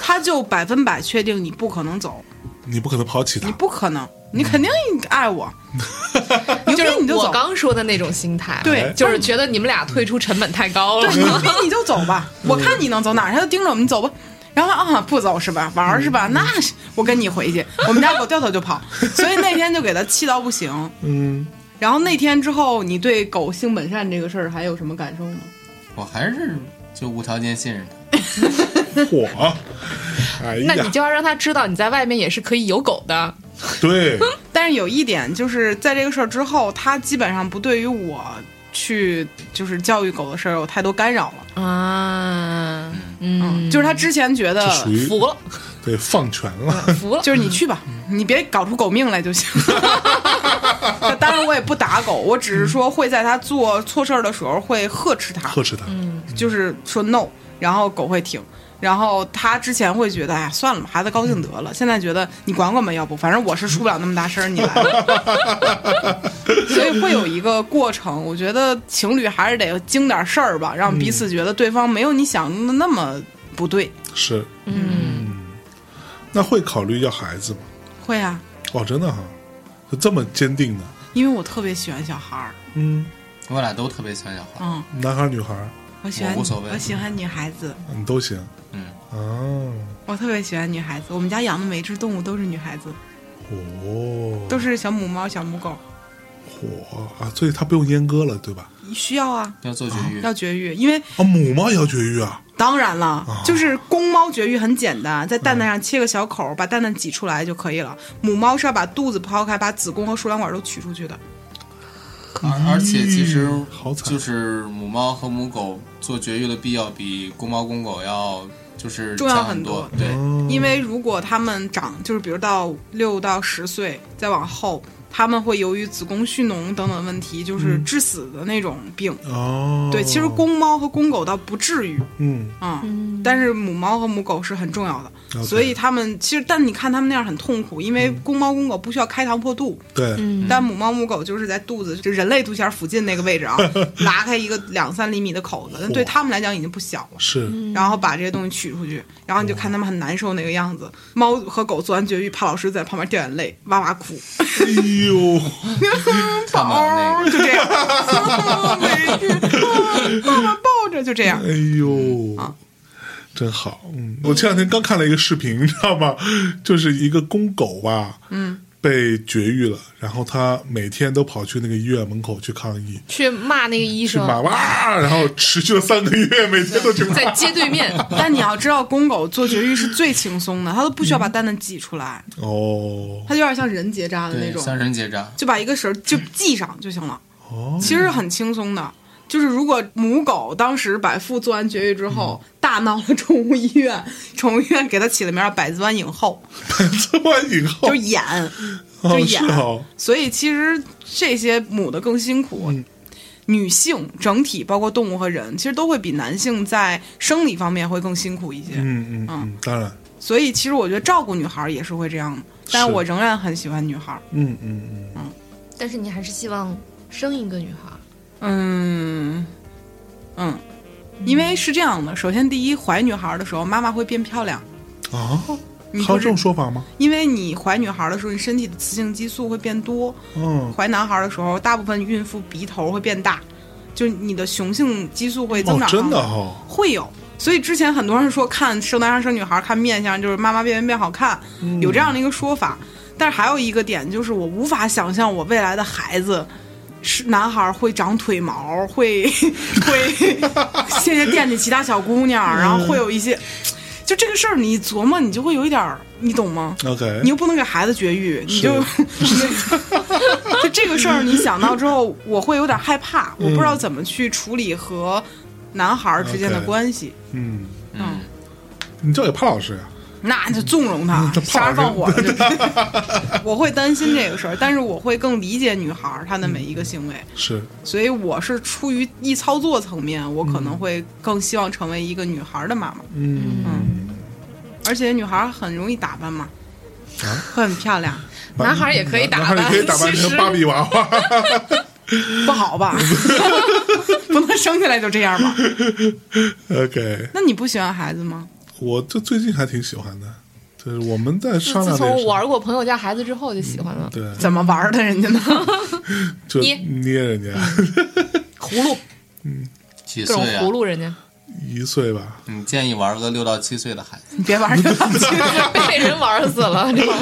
他就百分百确定你不可能走，你不可能抛弃它你。不可能，你肯定爱我，牛逼嗯就是你就我走，刚说的那种心态，对就是觉得你们俩退出成本太高了 对，。牛逼你就走吧，我看你能走哪儿，他就盯着我们你走嗯吧。然后啊，不走是吧？玩儿是吧？那是我跟你回 去。我们家狗掉头就跑，所以那天就给他气到不行。嗯，然后那天之后，你对狗性本善这个事儿还有什么感受吗？我还是就无条件信任它。火，啊 哎那你呀，就要让他知道你在外面也是可以有狗的。对，但是有一点就是在这个事儿之后，他基本上不对于我去就是教育狗的事儿有太多干扰了。啊，嗯，嗯，就是他之前觉得这属于服了，对放权了。服了。就是你去吧，你别搞出狗命来就行。 当然，我也不打狗，我只是说会在它做错事儿的时候会呵斥它，呵斥他，就是说 no，然后狗会停。然后他之前会觉得，哎呀，算了吧，孩子高兴得了。现在觉得你管管吧，要不反正我是出不了那么大声儿，你来吧。所以会有一个过程。我觉得情侣还是得经点事儿吧，让彼此觉得对方没有你想的那么不对。是，嗯，那会考虑要孩子吗？会啊，哦，真的哈，就这么坚定的，因为我特别喜欢小孩儿，嗯，我俩都特别喜欢小孩，嗯，男孩儿女孩儿，我喜欢我无所谓我喜欢女孩子，你都行，嗯，哦，我特别喜欢女孩子。我们家养的每一只动物都是女孩子，哦，都是小母猫、小母狗，火啊，所以它不用阉割了，对吧？需要啊，要做绝育，要绝育，因为啊，母猫也要绝育啊，当然了，就是公猫绝育很简单，在蛋蛋上切个小口，把蛋蛋挤出来就可以了。母猫是要把肚子剖开，把子宫和输卵管都取出去的。而而且其实嗯好惨就是母猫和母狗做绝育的必要比公猫公狗要就是重要强很很多对，哦因为如果它们长，就是比如到六到十岁再往后，它们会由于子宫蓄脓等等问题，就是嗯致死的那种病。哦，对，其实公猫和公狗倒不至于，嗯，嗯，但是母猫和母狗是很重要的， OK 所以它们其实，但你看它们那样很痛苦，因为公猫公狗不需要开膛破肚，对，但母猫母狗就是在肚子，就人类肚脐眼附近那个位置啊，拉开一个两三厘米的口子，那对它们来讲已经不小了。是，然后把这些东西取出去，然后你就看它们很难受那个样子。猫和狗做完绝育，怕老师在旁边掉眼泪，哇哇哭，哎呦，看不了哦那个。就这样， 哦每天啊爸爸抱着就这样。哎嗯呦，真好。嗯，我前两天刚看了一个视频， 你知道吗？就是一个公狗吧，嗯，被绝育了，然后它每天都跑去那个医院门口去抗议，去骂那个医去生，骂哇，然后持续了三个月，每天都去 骂。在街对 面， 但你要知道，公狗做绝育是最轻松的，它都不需要把蛋蛋挤出来，哦， 它就有点像人结扎的那对，种。三神结扎，就把一个绳儿就系上就行了。哦其实很轻松的。就是如果母狗当时百富做完绝育之后，嗯大闹了宠物医院，宠物医院给它起了名儿叫“百子湾影后 这完以”，后就是演，就哦演是。哦，所以其实这些母的更辛苦。嗯女性整体包括动物和人，其实都会比男性在生理方面会更辛苦一些。嗯嗯嗯，当然，所以其实我觉得照顾女孩儿也是会这样的，但是我仍然很喜欢女孩儿。嗯嗯嗯，但是你还是希望生一个女孩。嗯，嗯，因为是这样的，首先第一，怀女孩的时候，妈妈会变漂亮。啊，你还有这就是种说法吗？因为你怀女孩的时候，你身体的雌性激素会变多；嗯，怀男孩的时候，大部分孕妇鼻头会变大，就你的雄性激素会增哦，长上真来。的哈，会有。所以之前很多人说看生男孩生女孩看面相，就是妈妈变没变好看，有这样的一个说法。但是还有一个点就是我无法想象我未来的孩子。是男孩会长腿毛，会会现在惦记其他小姑娘，然后会有一些，就这个事儿你一琢磨，你就会有一点儿，你懂吗？ OK，你又不能给孩子绝育，你就就这个事儿，你想到之后，我会有点害怕，我不知道怎么去处理和男孩儿之间的 OK 关系，嗯，嗯，你叫给潘老师呀？啊那就纵容他嗯这，杀怕人放火了 就我会担心这个事儿，但是我会更理解女孩儿她的每一个行为，是，所以我是出于易操作层面，我可能会更希望成为一个女孩儿的妈妈，嗯，而且女孩儿很容易打扮嘛，啊很漂 亮，男孩也可以 打男孩扮，也可以打扮其成实芭比娃娃。不好 吧？不能生下来就这样吧？ OK，那你不喜欢孩子吗？我就最近还挺喜欢的，就是嗯我们在商量自这个从事玩过朋友家孩子之后就喜欢了。对，怎么玩儿的人家呢？ 就捏捏人家 葫芦几各种岁啊葫？芦，人家一岁吧，你建议玩个六到七岁的孩子，你别玩儿这个。被人玩死 了，这种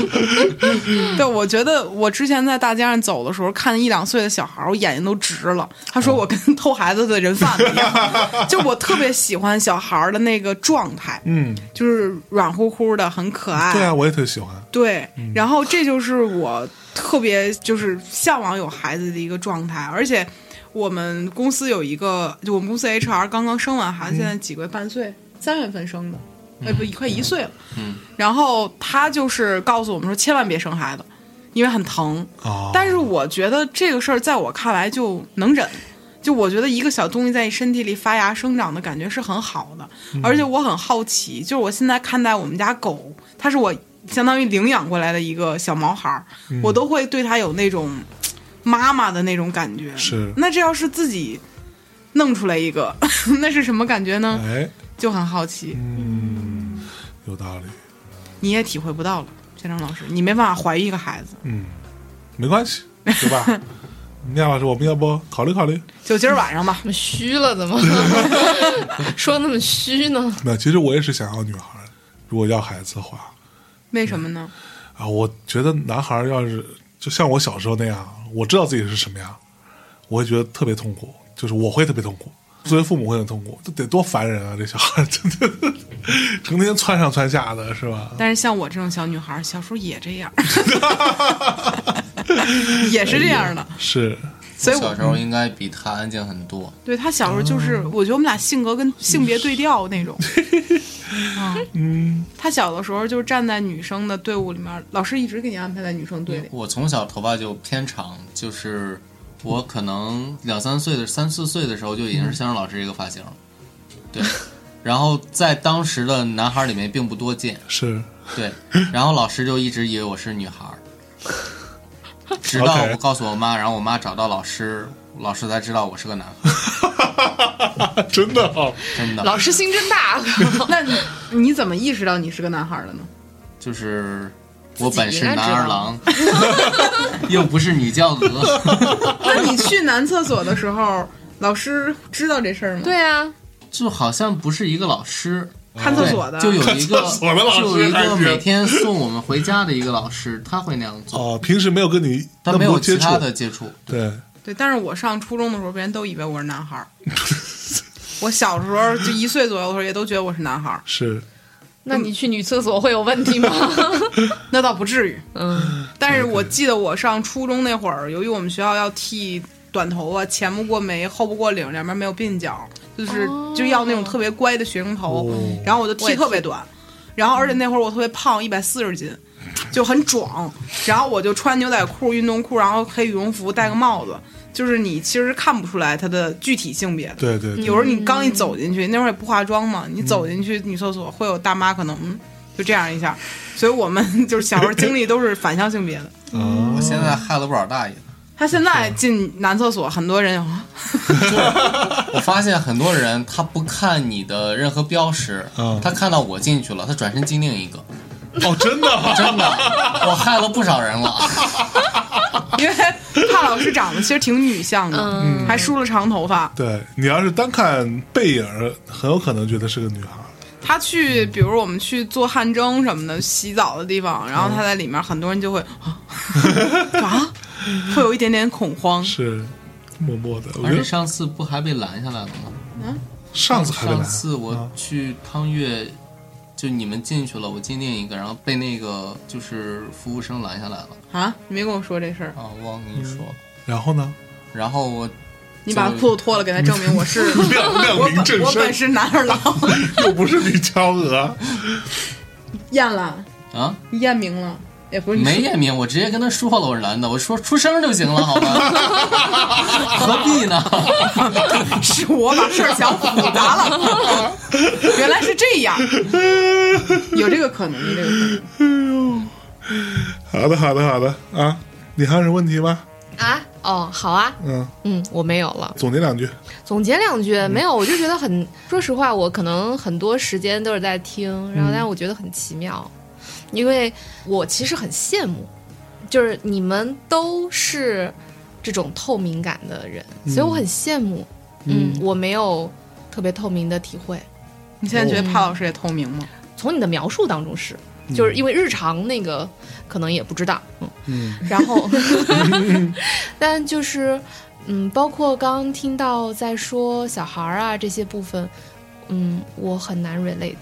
对，我觉得我之前在大街上走的时候，看一两岁的小孩儿，我眼睛都直了。他说我跟哦偷孩子的人贩子一样，就我特别喜欢小孩儿的那个状态，嗯，就是软乎乎的，很可爱。对啊，我也特喜欢，对，然后这就是我特别就是向往有孩子的一个状态，而且我们公司有一个，就我们公司 HR 刚刚生完孩子，现在几个月半岁，三月份生的，哎不，快一岁了。嗯，然后他就是告诉我们说，千万别生孩子，因为很疼。哦但是我觉得这个事儿在我看来就能忍。就我觉得一个小东西在你身体里发芽生长的感觉是很好的，嗯而且我很好奇，就是我现在看待我们家狗，它是我相当于领养过来的一个小毛孩儿，嗯我都会对它有那种嘖妈妈的那种感觉。是那这要是自己弄出来一个， 那是什么感觉呢？哎，嗯就很好奇，有道理，你也体会不到了，建章老师，你没办法怀孕一个孩子。嗯没 关系，对吧？聂老师，我们要不考虑考虑？就今儿晚上吧，怎么虚了？ 怎么说那么虚呢？那其实我也是想要女孩儿，如果要孩子的话，为什么呢？啊，我觉得男孩儿要是就像我小时候那样，我知道自己是什么样，我会觉得特别痛苦，就是我会特别痛苦，作为父母会很痛苦，这得多烦人啊！这小孩儿真的成天窜上窜下的，是吧？但是像我这种小女孩，小时候也这样， 也是这样的。是，所以哎我小嗯我时候应该比他安静很多。对她小时候就是，我觉得我们俩性格跟嗯性别对调那 种。嗯，她小的时候就站在女生的队伍里面，老师一直给你安排在女生队里。我从小头发就偏长，就是我可能两三岁的三四岁的时候就已经是相声老师这个发型了，对。然后在当时的男孩里面并不多见，是， 对。然后老师就一直以为我是女孩儿， 直到 OK 我告诉我妈，然后我妈找到老师，老师才知道我是个男孩儿，真的啊，真的。老师心真 大，嗯那你你怎么意识到你是个男孩的呢？就是我己本应是该知男儿道郎， 又不是女教鹅，那你去男厕所的时候，老师知道这事儿吗？，对啊，就好像不是一个老师。看厕所的。哦对 就有一看个厕所的老师就有一还个行每天送我们回家的一个老师，他会那样做，哦，平时没有跟你那他么没多有接其触他，的接触。对，对，但是我上初中的时候，别人都以为我是男孩 儿。我小时候就一岁左右的时候，也都觉得我是男孩儿，是那你去女厕所会有问题吗？嗯那倒不至于。嗯，但是我记得我上初中那会儿，由于我们学校要剃短头发，前不过眉，后不过领，两边没有鬓角，就是、哦就要那种特别乖的学生头，哦然后我就我剃也特别短，然后而且那会儿我特别胖，一百四十斤。就很壮，然后我就穿牛仔裤、运动裤，然后黑羽绒服，戴个帽子，就是你其实看不出来他的具体性别的。对对对有时候你刚一走进去，那会儿也不化妆嘛，你走进去女厕所会有大妈可能嗯，就这样一下，所以我们 就是小时候经历都是反向性别的。啊我，现在害了不少大爷。他现在进男厕所，很多人有 我发现很多人他不看你的任何标识嗯，他看到我进去了，他转身进另一个。哦，真的啊，真的，我害了不少人了。因为帕老师长得其实挺女相的，还梳了长头发。对你要是单看背影儿，很有可能觉得是个女孩儿，他去，比如我们去做汗蒸什么的，洗澡的地方，然后他在里面，很多人就会 啊啊，会有一点点恐慌。是默默的，我觉而且得上次不还被拦下来了吗？上次还没来，上次我啊去汤月，就你们进去了，我进另一个，然后被那个就是服务生拦下来了。啊，你没跟我说这事儿，啊，我忘跟你说了。然后 呢？嗯然后我你把裤子脱了，给他证明我是亮亮明正我本身，是男二郎，又不是李娇娥，验了，啊你验明了，也不是你没说验明，我直接跟他说了我是男的，我说出声就行了，好吗？ 何必呢？ 是我把事儿想复杂了，原来是这样，有这个可能，有这个可能。好的，好的，好的啊！你还有什么问题吗？ 啊，哦，好啊，嗯，嗯，我没有了。总结两句。总结两句，没有，我就觉得很，说实话，我可能很多时间都是在听，然后但是我觉得很奇妙，因为我其实很羡慕，就是你们都是这种透明感的人，所以我很羡慕，嗯，我没有特别透明的体会，你现在觉得哦帕老师也透明吗？从你的描述当中是，就是因为日常那个可能也不知道，嗯，嗯然后， 但就是，嗯，包括刚刚听到在说小孩儿啊这些部分，嗯，我很难 relate，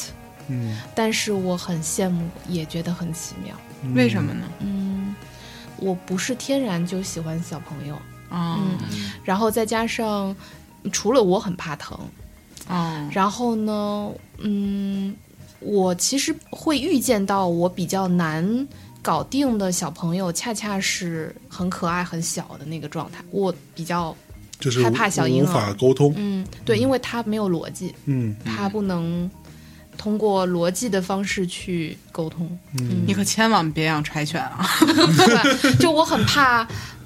嗯，但是我很羡慕，也觉得很奇妙。为什么呢？嗯，我不是天然就喜欢小朋友，啊然后再加上，嗯除了我很怕疼，啊然后呢，嗯，我其实会预见到我比较难搞定的小朋友，恰恰是很可爱、很小的那个状态，我比较就是害怕小婴无儿法沟通，嗯，对，因为它没有逻辑，嗯它不能通过逻辑的方式去沟通。你可千万别养柴犬啊！对， 就我很怕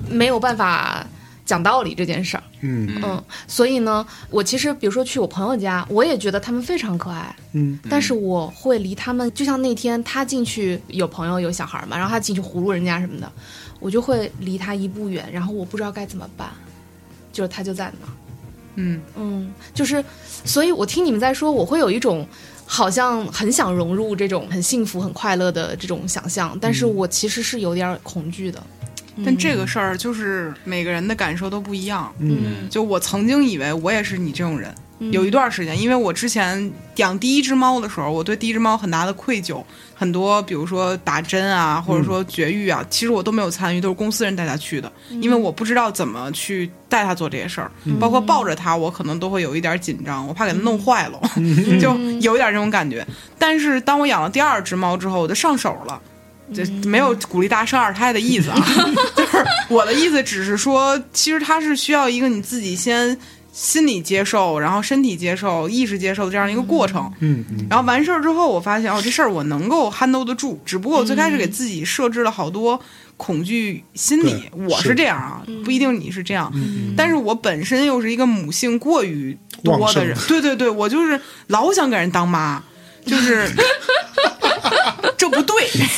没有办法讲道理这件事儿。嗯嗯，所以呢，我其实比如说去我朋友家，我也觉得他们非常可爱，嗯，但是我会离他们，就像那天他进去有朋友有小孩嘛，然后他进去葫芦人家什么的，我就会离他一步远，然后我不知道该怎么办，就是他就在那儿，嗯嗯，就是，所以我听你们在说，我会有一种。好像很想融入这种很幸福、很快乐的这种想象，但是我其实是有点恐惧的。嗯但这个事儿就是每个人的感受都不一样。嗯就我曾经以为我也是你这种人，嗯有一段时间，因为我之前养第一只猫的时候，我对第一只猫很大的愧疚，很多比如说打针啊，或者说绝育啊，其实我都没有参与，都是公司人带它去的，因为我不知道怎么去带它做这些事儿，包括抱着它，我可能都会有一点紧张，我怕给它弄坏了， 就有一点这种感觉。但是当我养了第二只猫之后，我就上手了。这没有鼓励大家生二胎的意思啊， 就是我的意思，只是说，其实它是需要一个你自己先心理接受，然后身体接受、意识接受的这样一个过程。嗯嗯然后完事儿之后，我发现哦，这事儿我能够 handle 得住，只不过我最开始给自己设置了好多恐惧心理，对我是是这样啊，不一定你是这样。嗯但是我本身又是一个母性过于多的人旺，对对对，我就是老想给人当妈，就是 这不对，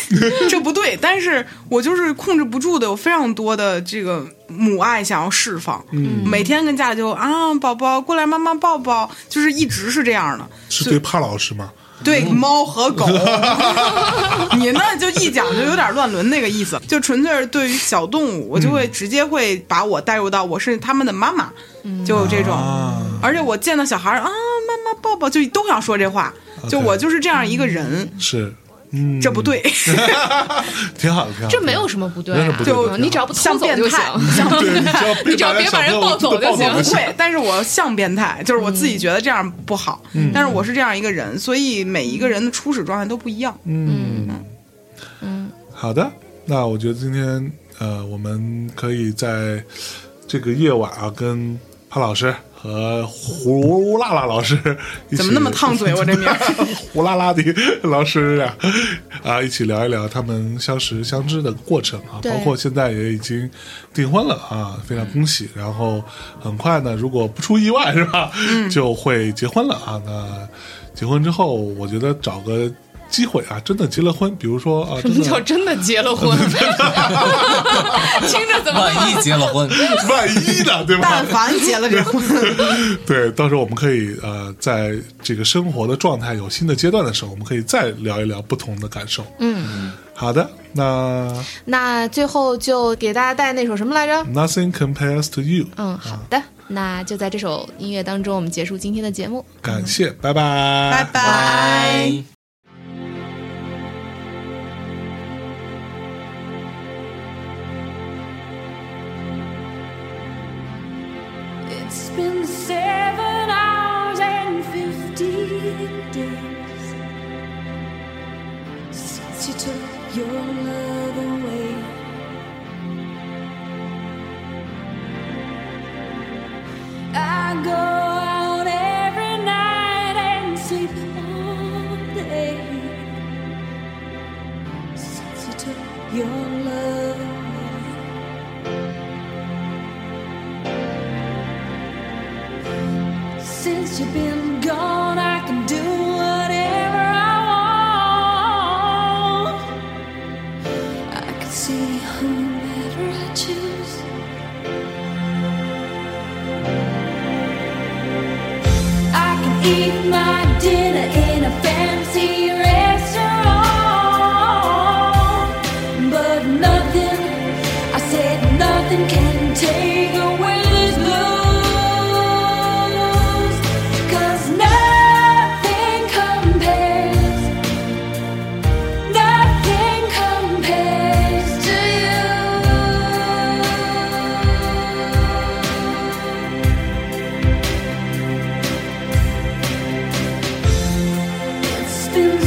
这不对。但是我就是控制不住的，有非常多的这个母爱想要释放，嗯，每天跟家里就啊宝宝过来妈妈抱抱，就是一直是这样的。是对帕老师吗？对猫和狗， 你那就一讲就有点乱伦那个意思，就纯粹是对于小动物，我就会直接会把我带入到我是他们的妈妈，就有这种。啊，而且我见到小孩儿啊，妈妈抱抱，就都想说这话。就我就是这样一个人，是，嗯，这不，对， 挺好的，挺好的，这没有什么不对没有什啊么，不对就挺好你只要不偷像走变就行。态，像对，你只要 你只要别把人抱走就就行不会，但是我像变态，就是我自己觉得这样不好，但是我是这样一个人，所以每一个人的初始状态都不一样。嗯好的，那我觉得今天呃，我们可以在这个夜晚啊，跟潘老师和胡辣辣老师一起怎么那么烫嘴？啊我这名儿 胡辣辣的老师啊，啊，一起聊一聊他们相识相知的过程啊，对包括现在也已经订婚了啊，非常恭喜。然后很快呢，如果不出意外是吧，嗯就会结婚了啊。那结婚之后，我觉得找个机会啊，真的结了婚，比如说啊，什真么的叫真的结了 婚？听着怎么万一结了婚， 万一呢，对吧但？凡结了这婚，对，到时候我们可以呃，在这个生活的状态有新的阶段的时候，我们可以再聊一聊不同的感受。嗯，好的，那那最后就给大家带那首什么来着？ Nothing compares to you，、嗯，好的，那就在这首音乐当中，我们结束今天的节目。感谢，拜拜，拜拜。 It's been seven hours and fifteen days since you took your love away. I go out every night and sleep all day since you took your love away. Since you've been gone, I can do whatever I want. I can see whomever I choose. I can eat my dinner in a fancy restaurant, but nothing, I said nothing can take away this blues. 'Cause nothing compares, nothing compares to you. It's been